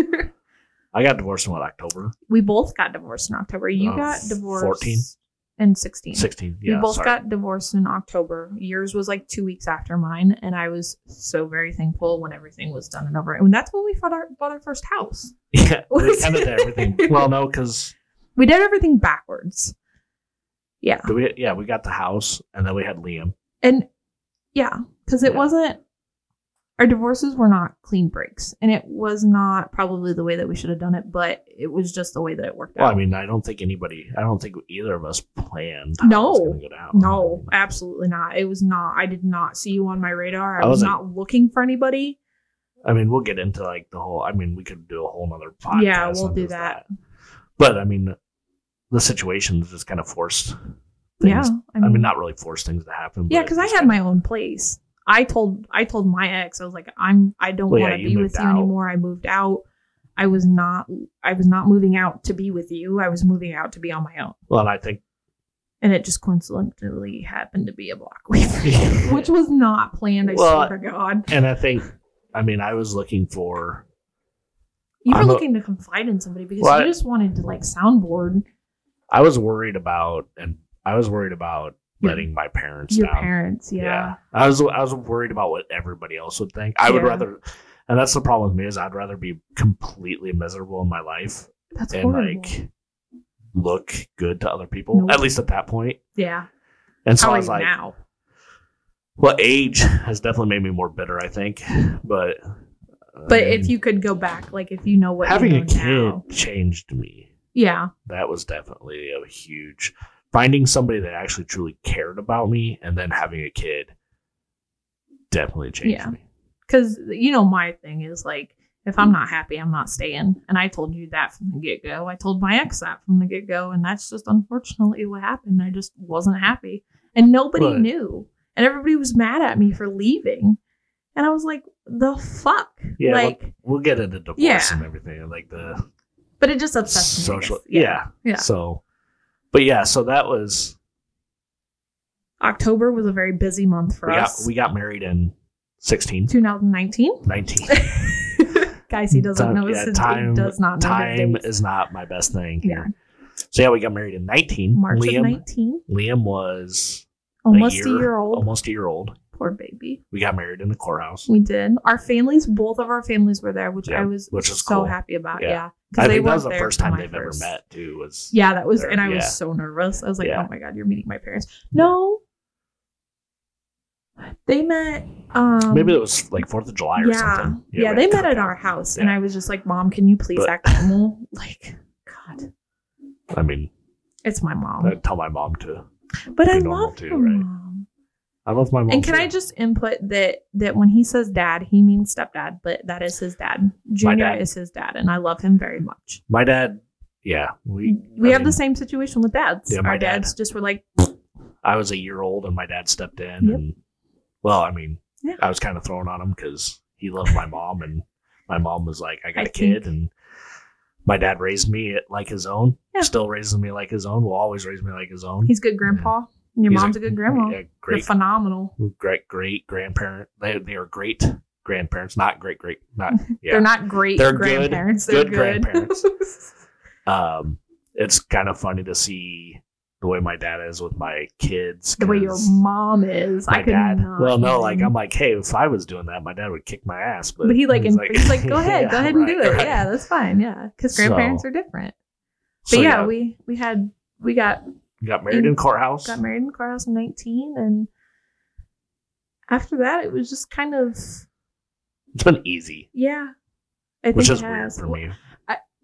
[SPEAKER 1] I got divorced in what October
[SPEAKER 2] we both got divorced in October. You
[SPEAKER 1] Uh,
[SPEAKER 2] got
[SPEAKER 1] f-
[SPEAKER 2] divorced
[SPEAKER 1] 14?
[SPEAKER 2] and 16.
[SPEAKER 1] sixteen. Yeah,
[SPEAKER 2] we both
[SPEAKER 1] sorry.
[SPEAKER 2] got divorced in October. Yours was like two weeks after mine, and I was so very thankful when everything was done and over. And that's when we bought our, bought our first house.
[SPEAKER 1] yeah. We kind of did everything. Well, no, because
[SPEAKER 2] We did everything backwards. Yeah.
[SPEAKER 1] we yeah we got the house and then we had Liam.
[SPEAKER 2] and yeah because it
[SPEAKER 1] Yeah.
[SPEAKER 2] wasn't our divorces were not clean breaks and it was not probably the way that we should have done it but it was just the way that it worked
[SPEAKER 1] Well,
[SPEAKER 2] out
[SPEAKER 1] I mean, I don't think anybody, I don't think either of us planned.
[SPEAKER 2] No.
[SPEAKER 1] it was gonna go down.
[SPEAKER 2] no absolutely not it was not i did not see you on my radar i,
[SPEAKER 1] I
[SPEAKER 2] was
[SPEAKER 1] wasn't-
[SPEAKER 2] not looking for anybody
[SPEAKER 1] I mean, we'll get into like the whole. I mean, we could do a whole nother podcast.
[SPEAKER 2] Yeah, we'll
[SPEAKER 1] on
[SPEAKER 2] do
[SPEAKER 1] just
[SPEAKER 2] that.
[SPEAKER 1] But I mean, the situation is just kind of forced. Things.
[SPEAKER 2] yeah
[SPEAKER 1] I mean, not really forced things to happen.
[SPEAKER 2] yeah
[SPEAKER 1] but
[SPEAKER 2] because i
[SPEAKER 1] just
[SPEAKER 2] had
[SPEAKER 1] kinda-
[SPEAKER 2] my own place i told i told my ex i was like i'm i don't
[SPEAKER 1] Well, yeah,
[SPEAKER 2] want to
[SPEAKER 1] you
[SPEAKER 2] be
[SPEAKER 1] moved
[SPEAKER 2] with you
[SPEAKER 1] out.
[SPEAKER 2] anymore i moved out i was not i was not moving out to be with you i was moving out to be on my own
[SPEAKER 1] Well, and I think.
[SPEAKER 2] and it just coincidentally happened to be a block wave, which was not planned. I
[SPEAKER 1] Well,
[SPEAKER 2] swear to God,
[SPEAKER 1] and I think, I mean, I was looking for.
[SPEAKER 2] you were
[SPEAKER 1] I'm a-
[SPEAKER 2] looking to confide in somebody because
[SPEAKER 1] Well,
[SPEAKER 2] you
[SPEAKER 1] I-
[SPEAKER 2] just wanted to like soundboard
[SPEAKER 1] I was worried about, and I was worried about
[SPEAKER 2] Your-
[SPEAKER 1] letting my parents
[SPEAKER 2] your
[SPEAKER 1] down.
[SPEAKER 2] parents. Yeah.
[SPEAKER 1] I was I was worried about what everybody else would think. I would
[SPEAKER 2] Yeah.
[SPEAKER 1] rather, and that's the problem with me is I'd rather be completely miserable in my life
[SPEAKER 2] that's
[SPEAKER 1] and
[SPEAKER 2] horrible.
[SPEAKER 1] like look good to other people
[SPEAKER 2] Nope.
[SPEAKER 1] at least at that point
[SPEAKER 2] yeah,
[SPEAKER 1] and so
[SPEAKER 2] how
[SPEAKER 1] i
[SPEAKER 2] are
[SPEAKER 1] was
[SPEAKER 2] you
[SPEAKER 1] like
[SPEAKER 2] now?
[SPEAKER 1] well age has definitely made me more bitter i think but um,
[SPEAKER 2] But if you could go back, like if you know what
[SPEAKER 1] having
[SPEAKER 2] you
[SPEAKER 1] a
[SPEAKER 2] know
[SPEAKER 1] kid
[SPEAKER 2] now,
[SPEAKER 1] changed me
[SPEAKER 2] yeah,
[SPEAKER 1] that was definitely a huge finding somebody that actually truly cared about me and then having a kid definitely changed
[SPEAKER 2] Yeah.
[SPEAKER 1] me
[SPEAKER 2] because you know my thing is like if
[SPEAKER 1] Mm.
[SPEAKER 2] I'm not happy, I'm not staying. And I told you that from the get go. I told my ex that from the get go. And that's just unfortunately what happened. I just wasn't happy. And nobody
[SPEAKER 1] Right.
[SPEAKER 2] knew. And everybody was mad at me for leaving. And I was like, the fuck?
[SPEAKER 1] Yeah, well-
[SPEAKER 2] like,
[SPEAKER 1] We'll get into divorce
[SPEAKER 2] Yeah.
[SPEAKER 1] and everything, like the
[SPEAKER 2] but it just upsets me. I
[SPEAKER 1] social.
[SPEAKER 2] guess.
[SPEAKER 1] Yeah.
[SPEAKER 2] Yeah.
[SPEAKER 1] So, but yeah, so that was
[SPEAKER 2] October was a very busy month for
[SPEAKER 1] we got
[SPEAKER 2] us.
[SPEAKER 1] we got married in 16,
[SPEAKER 2] 2019.
[SPEAKER 1] 19.
[SPEAKER 2] Guys, he doesn't
[SPEAKER 1] Time-
[SPEAKER 2] know.
[SPEAKER 1] yeah,
[SPEAKER 2] his-
[SPEAKER 1] time-
[SPEAKER 2] he does not know
[SPEAKER 1] Time
[SPEAKER 2] his dates.
[SPEAKER 1] is not my best thing.
[SPEAKER 2] Yeah.
[SPEAKER 1] Here. So yeah, we got married in 19.
[SPEAKER 2] March
[SPEAKER 1] Liam
[SPEAKER 2] of 19.
[SPEAKER 1] Liam was
[SPEAKER 2] Almost a year,
[SPEAKER 1] year-
[SPEAKER 2] old.
[SPEAKER 1] almost a year old.
[SPEAKER 2] Poor baby.
[SPEAKER 1] We got married in the courthouse.
[SPEAKER 2] We did. Our families, both of our families were there, which
[SPEAKER 1] Yeah,
[SPEAKER 2] I was
[SPEAKER 1] which is
[SPEAKER 2] so
[SPEAKER 1] cool.
[SPEAKER 2] happy about.
[SPEAKER 1] Yeah.
[SPEAKER 2] Yeah. Because
[SPEAKER 1] I think that was the
[SPEAKER 2] there
[SPEAKER 1] first
[SPEAKER 2] for
[SPEAKER 1] time
[SPEAKER 2] my
[SPEAKER 1] they've
[SPEAKER 2] first-
[SPEAKER 1] ever met too. Was
[SPEAKER 2] Yeah, that was,
[SPEAKER 1] There,
[SPEAKER 2] and I
[SPEAKER 1] yeah.
[SPEAKER 2] was so nervous. I was like,
[SPEAKER 1] Yeah.
[SPEAKER 2] oh my God, you're meeting my parents. No. They met. Um,
[SPEAKER 1] maybe it was like Fourth of July or something.
[SPEAKER 2] Yeah,
[SPEAKER 1] we
[SPEAKER 2] they
[SPEAKER 1] had
[SPEAKER 2] met at
[SPEAKER 1] cookout.
[SPEAKER 2] our house, and
[SPEAKER 1] Yeah.
[SPEAKER 2] I was just like, "Mom, can you please
[SPEAKER 1] But-
[SPEAKER 2] act normal?" Like, God,
[SPEAKER 1] I mean,
[SPEAKER 2] it's my mom,
[SPEAKER 1] I tell my mom to.
[SPEAKER 2] but I
[SPEAKER 1] be normal
[SPEAKER 2] love
[SPEAKER 1] too,
[SPEAKER 2] your
[SPEAKER 1] right?
[SPEAKER 2] mom.
[SPEAKER 1] I love my mom.
[SPEAKER 2] And can
[SPEAKER 1] too.
[SPEAKER 2] I just input that that when he says dad, he means stepdad, but that is his dad. Junior
[SPEAKER 1] dad.
[SPEAKER 2] is his dad, and I love him very much.
[SPEAKER 1] My dad. Yeah, we
[SPEAKER 2] We
[SPEAKER 1] I
[SPEAKER 2] have
[SPEAKER 1] mean,
[SPEAKER 2] the same situation with dads.
[SPEAKER 1] Yeah, my
[SPEAKER 2] Our
[SPEAKER 1] dad. Mm-hmm.
[SPEAKER 2] dads just were like,
[SPEAKER 1] I was a year old and my dad stepped in,
[SPEAKER 2] Yep.
[SPEAKER 1] and well, I mean,
[SPEAKER 2] Yeah.
[SPEAKER 1] I was kind of thrown on him because he loved my mom, and my mom was like, "I got a
[SPEAKER 2] I
[SPEAKER 1] kid,"
[SPEAKER 2] think-
[SPEAKER 1] and my dad raised me eh, like his own.
[SPEAKER 2] Yeah.
[SPEAKER 1] Still raises me like his own. Will always raise me like his own.
[SPEAKER 2] "He's good grandpa. and Your
[SPEAKER 1] He's
[SPEAKER 2] mom's a, good grandma.
[SPEAKER 1] a
[SPEAKER 2] You're
[SPEAKER 1] great,
[SPEAKER 2] phenomenal.
[SPEAKER 1] great, great grandparent. They they are great grandparents, not great, great, not yeah.
[SPEAKER 2] They're not great
[SPEAKER 1] They're good-
[SPEAKER 2] grandparents.
[SPEAKER 1] good
[SPEAKER 2] They're good.
[SPEAKER 1] grandparents. um, it's kind of funny to see the way my dad is with my kids.
[SPEAKER 2] the way your
[SPEAKER 1] 'cause-
[SPEAKER 2] mom is.
[SPEAKER 1] my
[SPEAKER 2] I could
[SPEAKER 1] dad.
[SPEAKER 2] not.
[SPEAKER 1] Well, no, like
[SPEAKER 2] imagine.
[SPEAKER 1] I'm like, hey, if I was doing that, my dad would kick my ass. But,
[SPEAKER 2] But he like,
[SPEAKER 1] he's
[SPEAKER 2] he's like, he's like go ahead,
[SPEAKER 1] yeah,
[SPEAKER 2] go ahead and do
[SPEAKER 1] right,
[SPEAKER 2] it.
[SPEAKER 1] right.
[SPEAKER 2] Yeah, that's fine. Yeah, because
[SPEAKER 1] So-
[SPEAKER 2] grandparents are different. But
[SPEAKER 1] So,
[SPEAKER 2] yeah, we we had we got
[SPEAKER 1] got married in courthouse.
[SPEAKER 2] got married in courthouse in nineteen, and after that, it was just kind of
[SPEAKER 1] It's been easy,
[SPEAKER 2] yeah. I
[SPEAKER 1] which
[SPEAKER 2] think
[SPEAKER 1] is
[SPEAKER 2] it
[SPEAKER 1] weird
[SPEAKER 2] has.
[SPEAKER 1] for me.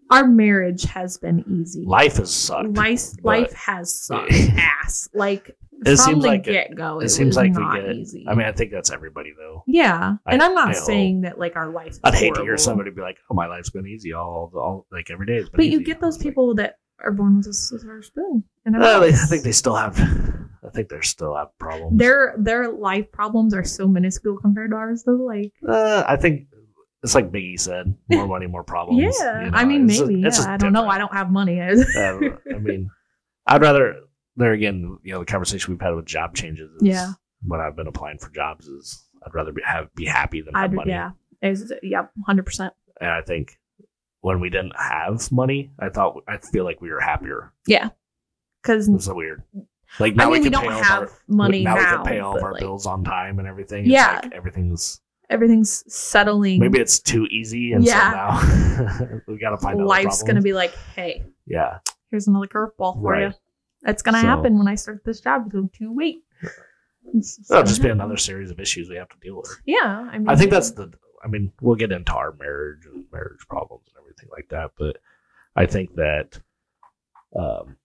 [SPEAKER 2] Our marriage has been easy.
[SPEAKER 1] Life has sucked.
[SPEAKER 2] life,
[SPEAKER 1] but-
[SPEAKER 2] life has sucked ass. Like
[SPEAKER 1] It
[SPEAKER 2] from
[SPEAKER 1] seems
[SPEAKER 2] the
[SPEAKER 1] like it-
[SPEAKER 2] get go,
[SPEAKER 1] it
[SPEAKER 2] it,
[SPEAKER 1] seems
[SPEAKER 2] was
[SPEAKER 1] like we
[SPEAKER 2] not
[SPEAKER 1] get-
[SPEAKER 2] easy.
[SPEAKER 1] I mean, I think that's everybody though.
[SPEAKER 2] yeah,
[SPEAKER 1] I-
[SPEAKER 2] and I'm not
[SPEAKER 1] I hope-
[SPEAKER 2] saying that like our life. Is
[SPEAKER 1] I'd hate to hear
[SPEAKER 2] horrible.
[SPEAKER 1] somebody be like, "Oh, my life's been easy all, all like every day." It's been
[SPEAKER 2] But you
[SPEAKER 1] easy."
[SPEAKER 2] get
[SPEAKER 1] I was
[SPEAKER 2] those
[SPEAKER 1] like,
[SPEAKER 2] people that are born with a silver spoon, and they're
[SPEAKER 1] "Oh, they- I
[SPEAKER 2] nice.
[SPEAKER 1] think they still have. I think they still have problems.
[SPEAKER 2] their their life problems are so minuscule compared to ours, though. Like,
[SPEAKER 1] Uh, I think it's like Biggie said: more money, more problems.
[SPEAKER 2] yeah,
[SPEAKER 1] you know,
[SPEAKER 2] I mean,
[SPEAKER 1] it's just-
[SPEAKER 2] maybe.
[SPEAKER 1] it's
[SPEAKER 2] yeah,
[SPEAKER 1] just
[SPEAKER 2] I don't know.
[SPEAKER 1] different.
[SPEAKER 2] I don't have money.
[SPEAKER 1] Um, I mean, I'd rather there again. You know, the conversation we've had with job changes. Is
[SPEAKER 2] Yeah.
[SPEAKER 1] When I've been applying for jobs, is I'd rather be, have be happy than have
[SPEAKER 2] I'd,
[SPEAKER 1] money.
[SPEAKER 2] yeah, it's, yeah, hundred percent.
[SPEAKER 1] And I think when we didn't have money, I thought I feel like we were happier.
[SPEAKER 2] Because
[SPEAKER 1] It's so weird. Like now
[SPEAKER 2] I mean,
[SPEAKER 1] we
[SPEAKER 2] we,
[SPEAKER 1] can
[SPEAKER 2] don't
[SPEAKER 1] pay all of
[SPEAKER 2] have
[SPEAKER 1] our
[SPEAKER 2] money now.
[SPEAKER 1] now, we can pay all of
[SPEAKER 2] but,
[SPEAKER 1] our
[SPEAKER 2] like,
[SPEAKER 1] bills on time and everything. It's
[SPEAKER 2] Yeah.
[SPEAKER 1] like everything's
[SPEAKER 2] Everything's settling.
[SPEAKER 1] maybe it's too easy, and
[SPEAKER 2] Yeah.
[SPEAKER 1] so now we gotta find out.
[SPEAKER 2] life's gonna be like, hey,
[SPEAKER 1] yeah.
[SPEAKER 2] here's another curveball for
[SPEAKER 1] Right.
[SPEAKER 2] you. That's gonna
[SPEAKER 1] So-
[SPEAKER 2] happen when I start this job. It's too late. It's
[SPEAKER 1] That'll
[SPEAKER 2] gonna
[SPEAKER 1] just be
[SPEAKER 2] happen.
[SPEAKER 1] another series of issues we have to deal with.
[SPEAKER 2] Yeah, I mean,
[SPEAKER 1] I think that's the. I mean, we'll get into our marriage and marriage problems and everything like that, but I think that, um,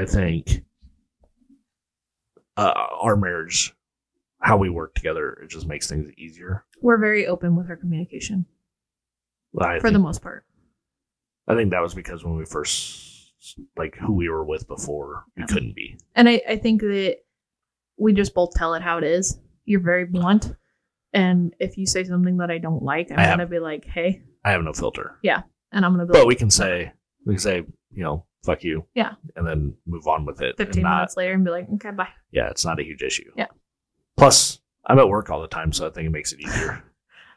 [SPEAKER 1] I think, uh, our marriage, how we work together, it just makes things easier.
[SPEAKER 2] we're very open with our communication
[SPEAKER 1] I
[SPEAKER 2] for
[SPEAKER 1] think,
[SPEAKER 2] the most part.
[SPEAKER 1] I think that was because when we first, like, who we were with before, we
[SPEAKER 2] Yeah.
[SPEAKER 1] couldn't be.
[SPEAKER 2] And I, I think that we just both tell it how it is. You're very blunt. And if you say something that I don't like, I'm
[SPEAKER 1] I have-
[SPEAKER 2] going to be like, hey.
[SPEAKER 1] I have no filter,
[SPEAKER 2] And I'm going to be
[SPEAKER 1] but
[SPEAKER 2] like,
[SPEAKER 1] we can say we can say you know fuck you,
[SPEAKER 2] Yeah.
[SPEAKER 1] and then move on with it. and
[SPEAKER 2] 15
[SPEAKER 1] not-
[SPEAKER 2] minutes later and be like, okay, bye.
[SPEAKER 1] yeah, it's not a huge issue.
[SPEAKER 2] Yeah.
[SPEAKER 1] Plus, I'm at work all the time, so I think it makes it easier.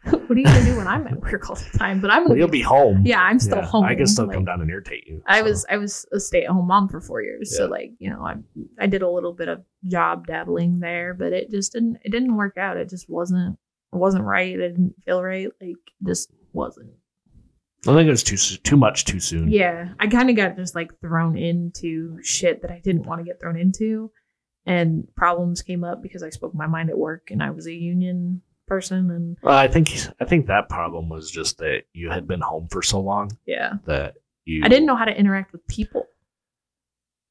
[SPEAKER 2] what are you going to do when I'm at work all the time? But I'm
[SPEAKER 1] well,
[SPEAKER 2] going
[SPEAKER 1] you'll
[SPEAKER 2] to
[SPEAKER 1] be home.
[SPEAKER 2] Yeah, I'm still home.
[SPEAKER 1] I can still come
[SPEAKER 2] Like,
[SPEAKER 1] down and irritate you.
[SPEAKER 2] I
[SPEAKER 1] so.
[SPEAKER 2] was I was a stay at home mom for four years, so
[SPEAKER 1] Yeah.
[SPEAKER 2] like you know I I did a little bit of job dabbling there, but it just didn't it didn't work out. It just wasn't it wasn't right. It didn't feel right. Like just wasn't.
[SPEAKER 1] I think it was too s- too much too soon.
[SPEAKER 2] Yeah, I kind of got just like thrown into shit that I didn't want to get thrown into, and problems came up because I spoke my mind at work and I was a union person, and
[SPEAKER 1] Well, I think I think that problem was just that you had been home for so long
[SPEAKER 2] yeah,
[SPEAKER 1] that you
[SPEAKER 2] I didn't know how to interact with people.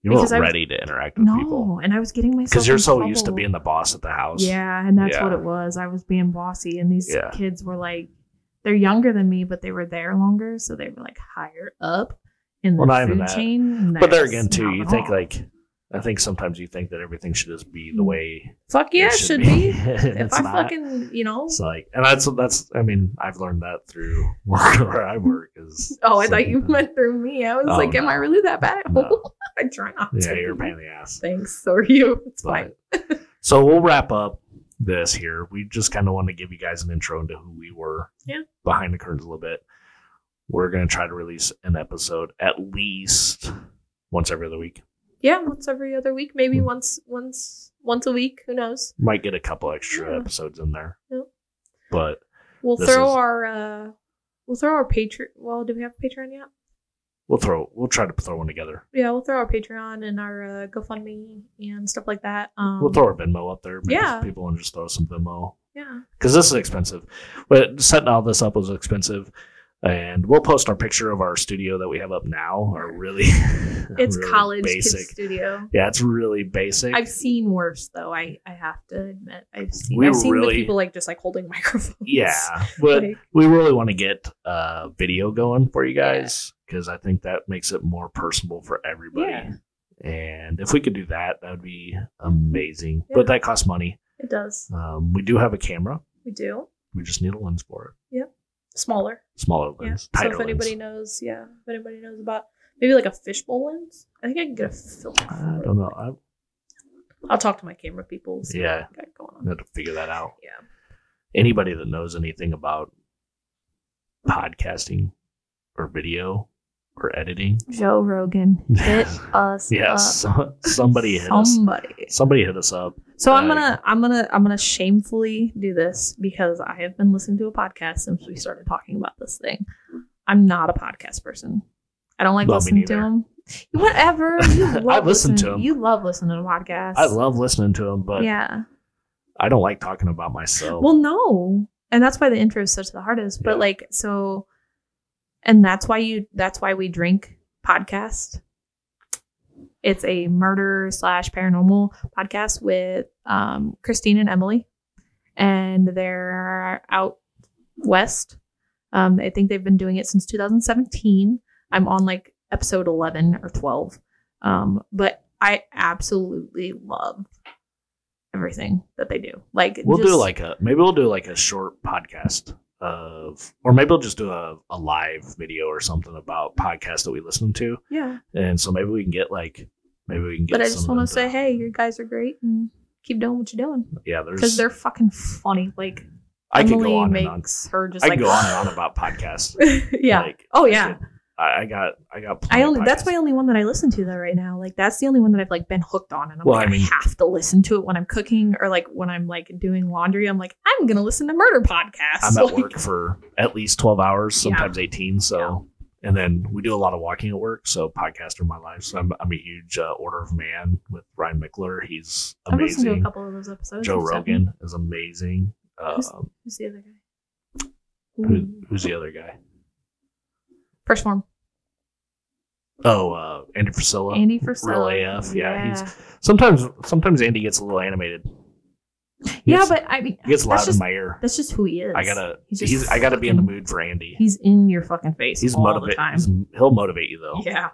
[SPEAKER 1] you weren't
[SPEAKER 2] because I was-
[SPEAKER 1] ready to interact with
[SPEAKER 2] No,
[SPEAKER 1] people
[SPEAKER 2] and I was getting myself
[SPEAKER 1] because you're
[SPEAKER 2] in
[SPEAKER 1] so used to
[SPEAKER 2] trouble.
[SPEAKER 1] being the boss at the house.
[SPEAKER 2] Yeah, and that's what
[SPEAKER 1] Yeah.
[SPEAKER 2] it was. I was being bossy, and these
[SPEAKER 1] Yeah.
[SPEAKER 2] kids were like, they're younger than me, but they were there longer, so they were like higher up in the
[SPEAKER 1] Well, not even
[SPEAKER 2] food
[SPEAKER 1] that.
[SPEAKER 2] chain.
[SPEAKER 1] But there
[SPEAKER 2] That's
[SPEAKER 1] again, too,
[SPEAKER 2] not
[SPEAKER 1] you
[SPEAKER 2] at
[SPEAKER 1] think
[SPEAKER 2] all.
[SPEAKER 1] like I think sometimes you think that everything should just be the
[SPEAKER 2] Mm.
[SPEAKER 1] way.
[SPEAKER 2] fuck yeah, it should, be. If
[SPEAKER 1] it's
[SPEAKER 2] I
[SPEAKER 1] not.
[SPEAKER 2] fucking you know,
[SPEAKER 1] It's like, and that's that's. I mean, I've learned that through work where I work is.
[SPEAKER 2] oh, I thought you
[SPEAKER 1] something-
[SPEAKER 2] went through me. I was
[SPEAKER 1] Oh,
[SPEAKER 2] like, am
[SPEAKER 1] no.
[SPEAKER 2] I really that bad?
[SPEAKER 1] No.
[SPEAKER 2] I try not
[SPEAKER 1] Yeah,
[SPEAKER 2] to.
[SPEAKER 1] you're a pain in the ass.
[SPEAKER 2] Thanks. So are you. It's fine.
[SPEAKER 1] But- so we'll wrap up this here. We just kind of want to give you guys an intro into who we were
[SPEAKER 2] Yeah.
[SPEAKER 1] behind the curtains a little bit. We're going to try to release an episode at least once every other week.
[SPEAKER 2] Yeah, once every other week,
[SPEAKER 1] Hmm.
[SPEAKER 2] maybe once, once, once a week. Who knows?
[SPEAKER 1] Might get a couple extra
[SPEAKER 2] Yeah.
[SPEAKER 1] episodes in there.
[SPEAKER 2] Yeah.
[SPEAKER 1] But
[SPEAKER 2] We'll
[SPEAKER 1] This
[SPEAKER 2] throw
[SPEAKER 1] is-
[SPEAKER 2] our uh we'll throw our Patreon. Well, do we have a Patreon yet?
[SPEAKER 1] we'll throw we'll try to throw one together.
[SPEAKER 2] Yeah, we'll throw our Patreon and our uh, GoFundMe and stuff like that. Um,
[SPEAKER 1] We'll throw our Venmo up there. Maybe
[SPEAKER 2] yeah.
[SPEAKER 1] People want to just throw some Venmo
[SPEAKER 2] Yeah,
[SPEAKER 1] because this is expensive. But setting all this up was expensive. And we'll post our picture of our studio that we have up now. Our really,
[SPEAKER 2] it's
[SPEAKER 1] really
[SPEAKER 2] college
[SPEAKER 1] basic.
[SPEAKER 2] kids studio.
[SPEAKER 1] Yeah, it's really basic.
[SPEAKER 2] I've seen worse though. I I have to admit, I've seen
[SPEAKER 1] We
[SPEAKER 2] I've seen
[SPEAKER 1] really-
[SPEAKER 2] the people like just like holding microphones.
[SPEAKER 1] yeah, but
[SPEAKER 2] Like,
[SPEAKER 1] we really want to get uh, video going for you guys because I think that makes it more personable for everybody.
[SPEAKER 2] Yeah.
[SPEAKER 1] And if we could do that, that would be amazing.
[SPEAKER 2] Yeah.
[SPEAKER 1] But that costs money.
[SPEAKER 2] it does.
[SPEAKER 1] Um, we do have a camera.
[SPEAKER 2] We do
[SPEAKER 1] We just need a lens for
[SPEAKER 2] smaller.
[SPEAKER 1] it. Smaller
[SPEAKER 2] Yeah.
[SPEAKER 1] lens,
[SPEAKER 2] So
[SPEAKER 1] tighter
[SPEAKER 2] if anybody
[SPEAKER 1] lens.
[SPEAKER 2] knows, yeah, if anybody knows about maybe like a fishbowl lens, I think I can get a filter.
[SPEAKER 1] I
[SPEAKER 2] for
[SPEAKER 1] don't
[SPEAKER 2] it.
[SPEAKER 1] know. I
[SPEAKER 2] I'll talk to my camera people. see what
[SPEAKER 1] Yeah.
[SPEAKER 2] I got going on.
[SPEAKER 1] have to figure that out.
[SPEAKER 2] Yeah.
[SPEAKER 1] Anybody that knows anything about podcasting or video or editing,
[SPEAKER 2] Joe Rogan hit us.
[SPEAKER 1] yes,
[SPEAKER 2] up.
[SPEAKER 1] somebody hit us.
[SPEAKER 2] somebody.
[SPEAKER 1] Somebody hit us up.
[SPEAKER 2] So I'm
[SPEAKER 1] Uh,
[SPEAKER 2] gonna, I'm gonna, I'm gonna shamefully do this because I have been listening to a podcast since we started talking about this thing. I'm not a podcast person. I don't like
[SPEAKER 1] Well, me
[SPEAKER 2] listening to
[SPEAKER 1] neither.
[SPEAKER 2] them. Whatever. You
[SPEAKER 1] I
[SPEAKER 2] love
[SPEAKER 1] listen to
[SPEAKER 2] listening-
[SPEAKER 1] 'em.
[SPEAKER 2] You love listening to podcasts.
[SPEAKER 1] I love listening to them, but
[SPEAKER 2] Yeah.
[SPEAKER 1] I don't like talking about myself.
[SPEAKER 2] Well, no, and that's why the intro is such the hardest. But
[SPEAKER 1] Oh. Yeah.
[SPEAKER 2] like, so, and that's why you. That's why we drink podcast. It's a murder slash paranormal podcast with um, Christine and Emily, and they're out west. Um, I think they've been doing it since 2017. I'm on like episode 11 or 12, um, but I absolutely love everything that they do. Like
[SPEAKER 1] we'll do
[SPEAKER 2] just-
[SPEAKER 1] like a maybe we'll do like a short podcast of, or maybe we'll just do a, a live video or something about podcasts that we listen to,
[SPEAKER 2] yeah.
[SPEAKER 1] and so maybe we can get like maybe we can get.
[SPEAKER 2] but I just
[SPEAKER 1] some of
[SPEAKER 2] want to
[SPEAKER 1] the-
[SPEAKER 2] say, hey, you guys are great and keep doing what you're doing
[SPEAKER 1] yeah,
[SPEAKER 2] because
[SPEAKER 1] there's
[SPEAKER 2] they're fucking funny. Like
[SPEAKER 1] I could
[SPEAKER 2] Emily
[SPEAKER 1] go on and on.
[SPEAKER 2] makes her just
[SPEAKER 1] I
[SPEAKER 2] like
[SPEAKER 1] could go on and on about podcasts.
[SPEAKER 2] yeah.
[SPEAKER 1] Like,
[SPEAKER 2] oh
[SPEAKER 1] I
[SPEAKER 2] yeah.
[SPEAKER 1] could- I, I got I got. plenty
[SPEAKER 2] I
[SPEAKER 1] of
[SPEAKER 2] only that's
[SPEAKER 1] podcasts.
[SPEAKER 2] my only one that I listen to though right now. Like that's the only one that I've like been hooked on, and I'm
[SPEAKER 1] Well,
[SPEAKER 2] like
[SPEAKER 1] I
[SPEAKER 2] I,
[SPEAKER 1] mean-
[SPEAKER 2] have to listen to it when I'm cooking or like when I'm like doing laundry. I'm like I'm gonna listen to murder podcasts.
[SPEAKER 1] I'm at
[SPEAKER 2] Like,
[SPEAKER 1] work for at least 12 hours, sometimes 18. So, and then we do a lot of walking at work. So, podcasts are my life. So, I'm, I'm a huge uh, Order of Man with Ryan Mickler. He's
[SPEAKER 2] I listened to a
[SPEAKER 1] amazing.
[SPEAKER 2] couple of those episodes.
[SPEAKER 1] Joe
[SPEAKER 2] Who's that?
[SPEAKER 1] Rogan is amazing. Um,
[SPEAKER 2] Who's- Who's the other guy?
[SPEAKER 1] who, who's the other guy?
[SPEAKER 2] First form.
[SPEAKER 1] Oh, uh, Andy Priscilla.
[SPEAKER 2] Andy Frisella.
[SPEAKER 1] Real AF. Yeah, he's sometimes sometimes Andy gets a little animated. He
[SPEAKER 2] yeah,
[SPEAKER 1] gets-
[SPEAKER 2] but I mean
[SPEAKER 1] he gets loud
[SPEAKER 2] that's just
[SPEAKER 1] in my ear.
[SPEAKER 2] that's just who he is.
[SPEAKER 1] I gotta
[SPEAKER 2] he's
[SPEAKER 1] he's,
[SPEAKER 2] just
[SPEAKER 1] I gotta be in the
[SPEAKER 2] fucking-
[SPEAKER 1] mood for Andy.
[SPEAKER 2] He's in your fucking face
[SPEAKER 1] He's
[SPEAKER 2] all
[SPEAKER 1] motivate.
[SPEAKER 2] the time.
[SPEAKER 1] he's- He'll motivate you though.
[SPEAKER 2] yeah,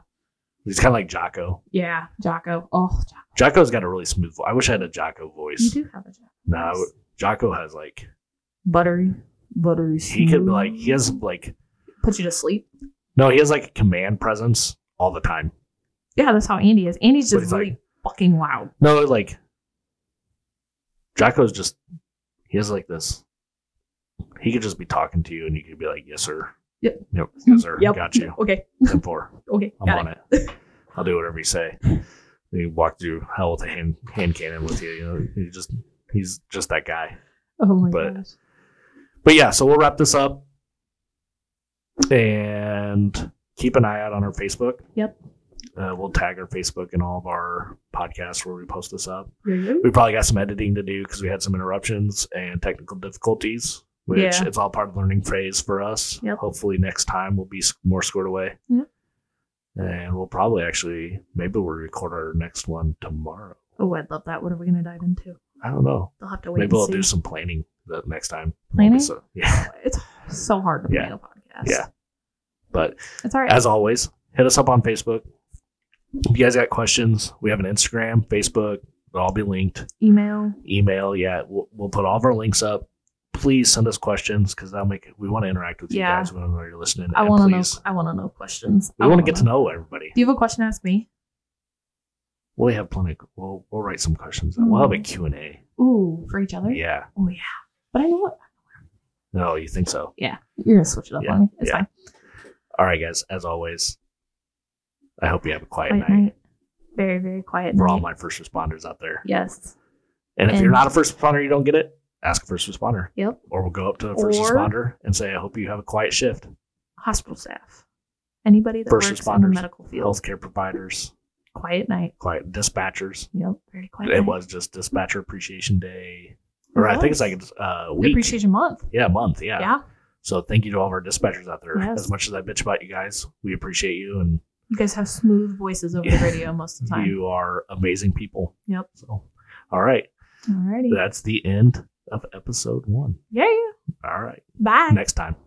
[SPEAKER 1] He's kind of like Jocko.
[SPEAKER 2] yeah, Jocko. Oh, Jocko.
[SPEAKER 1] Jocko's got a really smooth voice. I wish I had a Jocko
[SPEAKER 2] you
[SPEAKER 1] voice.
[SPEAKER 2] do have a Jocko.
[SPEAKER 1] No, I would- Jocko has like
[SPEAKER 2] buttery, buttery.
[SPEAKER 1] he could
[SPEAKER 2] smooth.
[SPEAKER 1] like he has like
[SPEAKER 2] put you to sleep.
[SPEAKER 1] no he has like a command presence all the time.
[SPEAKER 2] Yeah, that's how Andy is. Andy's
[SPEAKER 1] But
[SPEAKER 2] just
[SPEAKER 1] he's like-
[SPEAKER 2] really fucking loud.
[SPEAKER 1] No, like Jocko's just he has like this. He could just be talking to you and you could be like, "Yes, sir."
[SPEAKER 2] Yep.
[SPEAKER 1] Yep. Yes, sir.
[SPEAKER 2] Yep.
[SPEAKER 1] Got you.
[SPEAKER 2] Okay,
[SPEAKER 1] Ten four.
[SPEAKER 2] okay,
[SPEAKER 1] I'm
[SPEAKER 2] got
[SPEAKER 1] on
[SPEAKER 2] it.
[SPEAKER 1] it. I'll do whatever you say. He walked through hell with a hand hand cannon with you. You know, he just he's just that guy.
[SPEAKER 2] Oh my
[SPEAKER 1] But-
[SPEAKER 2] gosh.
[SPEAKER 1] But yeah, so we'll wrap this up and keep an eye out on our Facebook.
[SPEAKER 2] Yep.
[SPEAKER 1] Uh, we'll tag our Facebook in all of our podcasts where we post this up.
[SPEAKER 2] Yeah, yeah.
[SPEAKER 1] We probably got some editing to do because we had some interruptions and technical difficulties, which
[SPEAKER 2] Yeah.
[SPEAKER 1] it's all part of learning phase for us.
[SPEAKER 2] Yep.
[SPEAKER 1] Hopefully next time we'll be s- more squared away.
[SPEAKER 2] Yep.
[SPEAKER 1] And we'll probably actually maybe we'll record our next one tomorrow.
[SPEAKER 2] Oh, I'd love that. What are we gonna dive into?
[SPEAKER 1] I don't know.
[SPEAKER 2] They'll have to wait.
[SPEAKER 1] Maybe we'll
[SPEAKER 2] and
[SPEAKER 1] do
[SPEAKER 2] see.
[SPEAKER 1] some planning the next time.
[SPEAKER 2] Planning?
[SPEAKER 1] So, yeah.
[SPEAKER 2] It's so hard to
[SPEAKER 1] Yeah.
[SPEAKER 2] plan a podcast.
[SPEAKER 1] Yeah. But
[SPEAKER 2] It's all right.
[SPEAKER 1] as always, hit us up on Facebook. If you guys got questions, we have an Instagram, Facebook. They'll all be linked.
[SPEAKER 2] Email.
[SPEAKER 1] Email, yeah, we'll, we'll put all of our links up. Please send us questions because that'll make we want to interact with
[SPEAKER 2] Yeah.
[SPEAKER 1] you guys. We want to know you're listening.
[SPEAKER 2] I
[SPEAKER 1] and
[SPEAKER 2] want to know.
[SPEAKER 1] please,
[SPEAKER 2] I want to know questions. I
[SPEAKER 1] We want
[SPEAKER 2] wanna
[SPEAKER 1] to get to know everybody.
[SPEAKER 2] Do you have a question to ask me?
[SPEAKER 1] We'll have plenty. We'll we'll write some questions. We'll have a
[SPEAKER 2] Mm.
[SPEAKER 1] Q and A.
[SPEAKER 2] Ooh, for each other.
[SPEAKER 1] Yeah.
[SPEAKER 2] Oh yeah. But I know what.
[SPEAKER 1] No, you think so?
[SPEAKER 2] Yeah, you're gonna switch it up
[SPEAKER 1] Yeah,
[SPEAKER 2] on me. It's
[SPEAKER 1] yeah.
[SPEAKER 2] fine.
[SPEAKER 1] All right, guys. As always, I hope you have a quiet,
[SPEAKER 2] Quiet
[SPEAKER 1] night,
[SPEAKER 2] night. Very very quiet.
[SPEAKER 1] for all
[SPEAKER 2] night.
[SPEAKER 1] my first responders out there.
[SPEAKER 2] Yes.
[SPEAKER 1] And if
[SPEAKER 2] And-
[SPEAKER 1] you're not a first responder, you don't get it. Ask a first responder,
[SPEAKER 2] Yep.
[SPEAKER 1] or we'll go up to a first
[SPEAKER 2] Or-
[SPEAKER 1] responder and say, "I hope you have a quiet shift."
[SPEAKER 2] Hospital staff. Anybody that
[SPEAKER 1] First
[SPEAKER 2] works in the
[SPEAKER 1] responders,
[SPEAKER 2] medical field.
[SPEAKER 1] Healthcare providers,
[SPEAKER 2] Quiet night.
[SPEAKER 1] quiet dispatchers.
[SPEAKER 2] Yep. Very quiet.
[SPEAKER 1] It
[SPEAKER 2] night.
[SPEAKER 1] was just Dispatcher Appreciation Day, or I think it's like a uh, week.
[SPEAKER 2] appreciation month.
[SPEAKER 1] yeah, month.
[SPEAKER 2] Yeah.
[SPEAKER 1] So thank you to all of our dispatchers out there.
[SPEAKER 2] Yes.
[SPEAKER 1] As much as I bitch about you guys, we appreciate you and
[SPEAKER 2] You guys have smooth voices over the
[SPEAKER 1] Yeah.
[SPEAKER 2] radio most of the time.
[SPEAKER 1] you are amazing people.
[SPEAKER 2] Yep.
[SPEAKER 1] So, all right,
[SPEAKER 2] Alrighty.
[SPEAKER 1] that's the end of episode one.
[SPEAKER 2] Yeah. yeah.
[SPEAKER 1] All right,
[SPEAKER 2] Bye.
[SPEAKER 1] next time.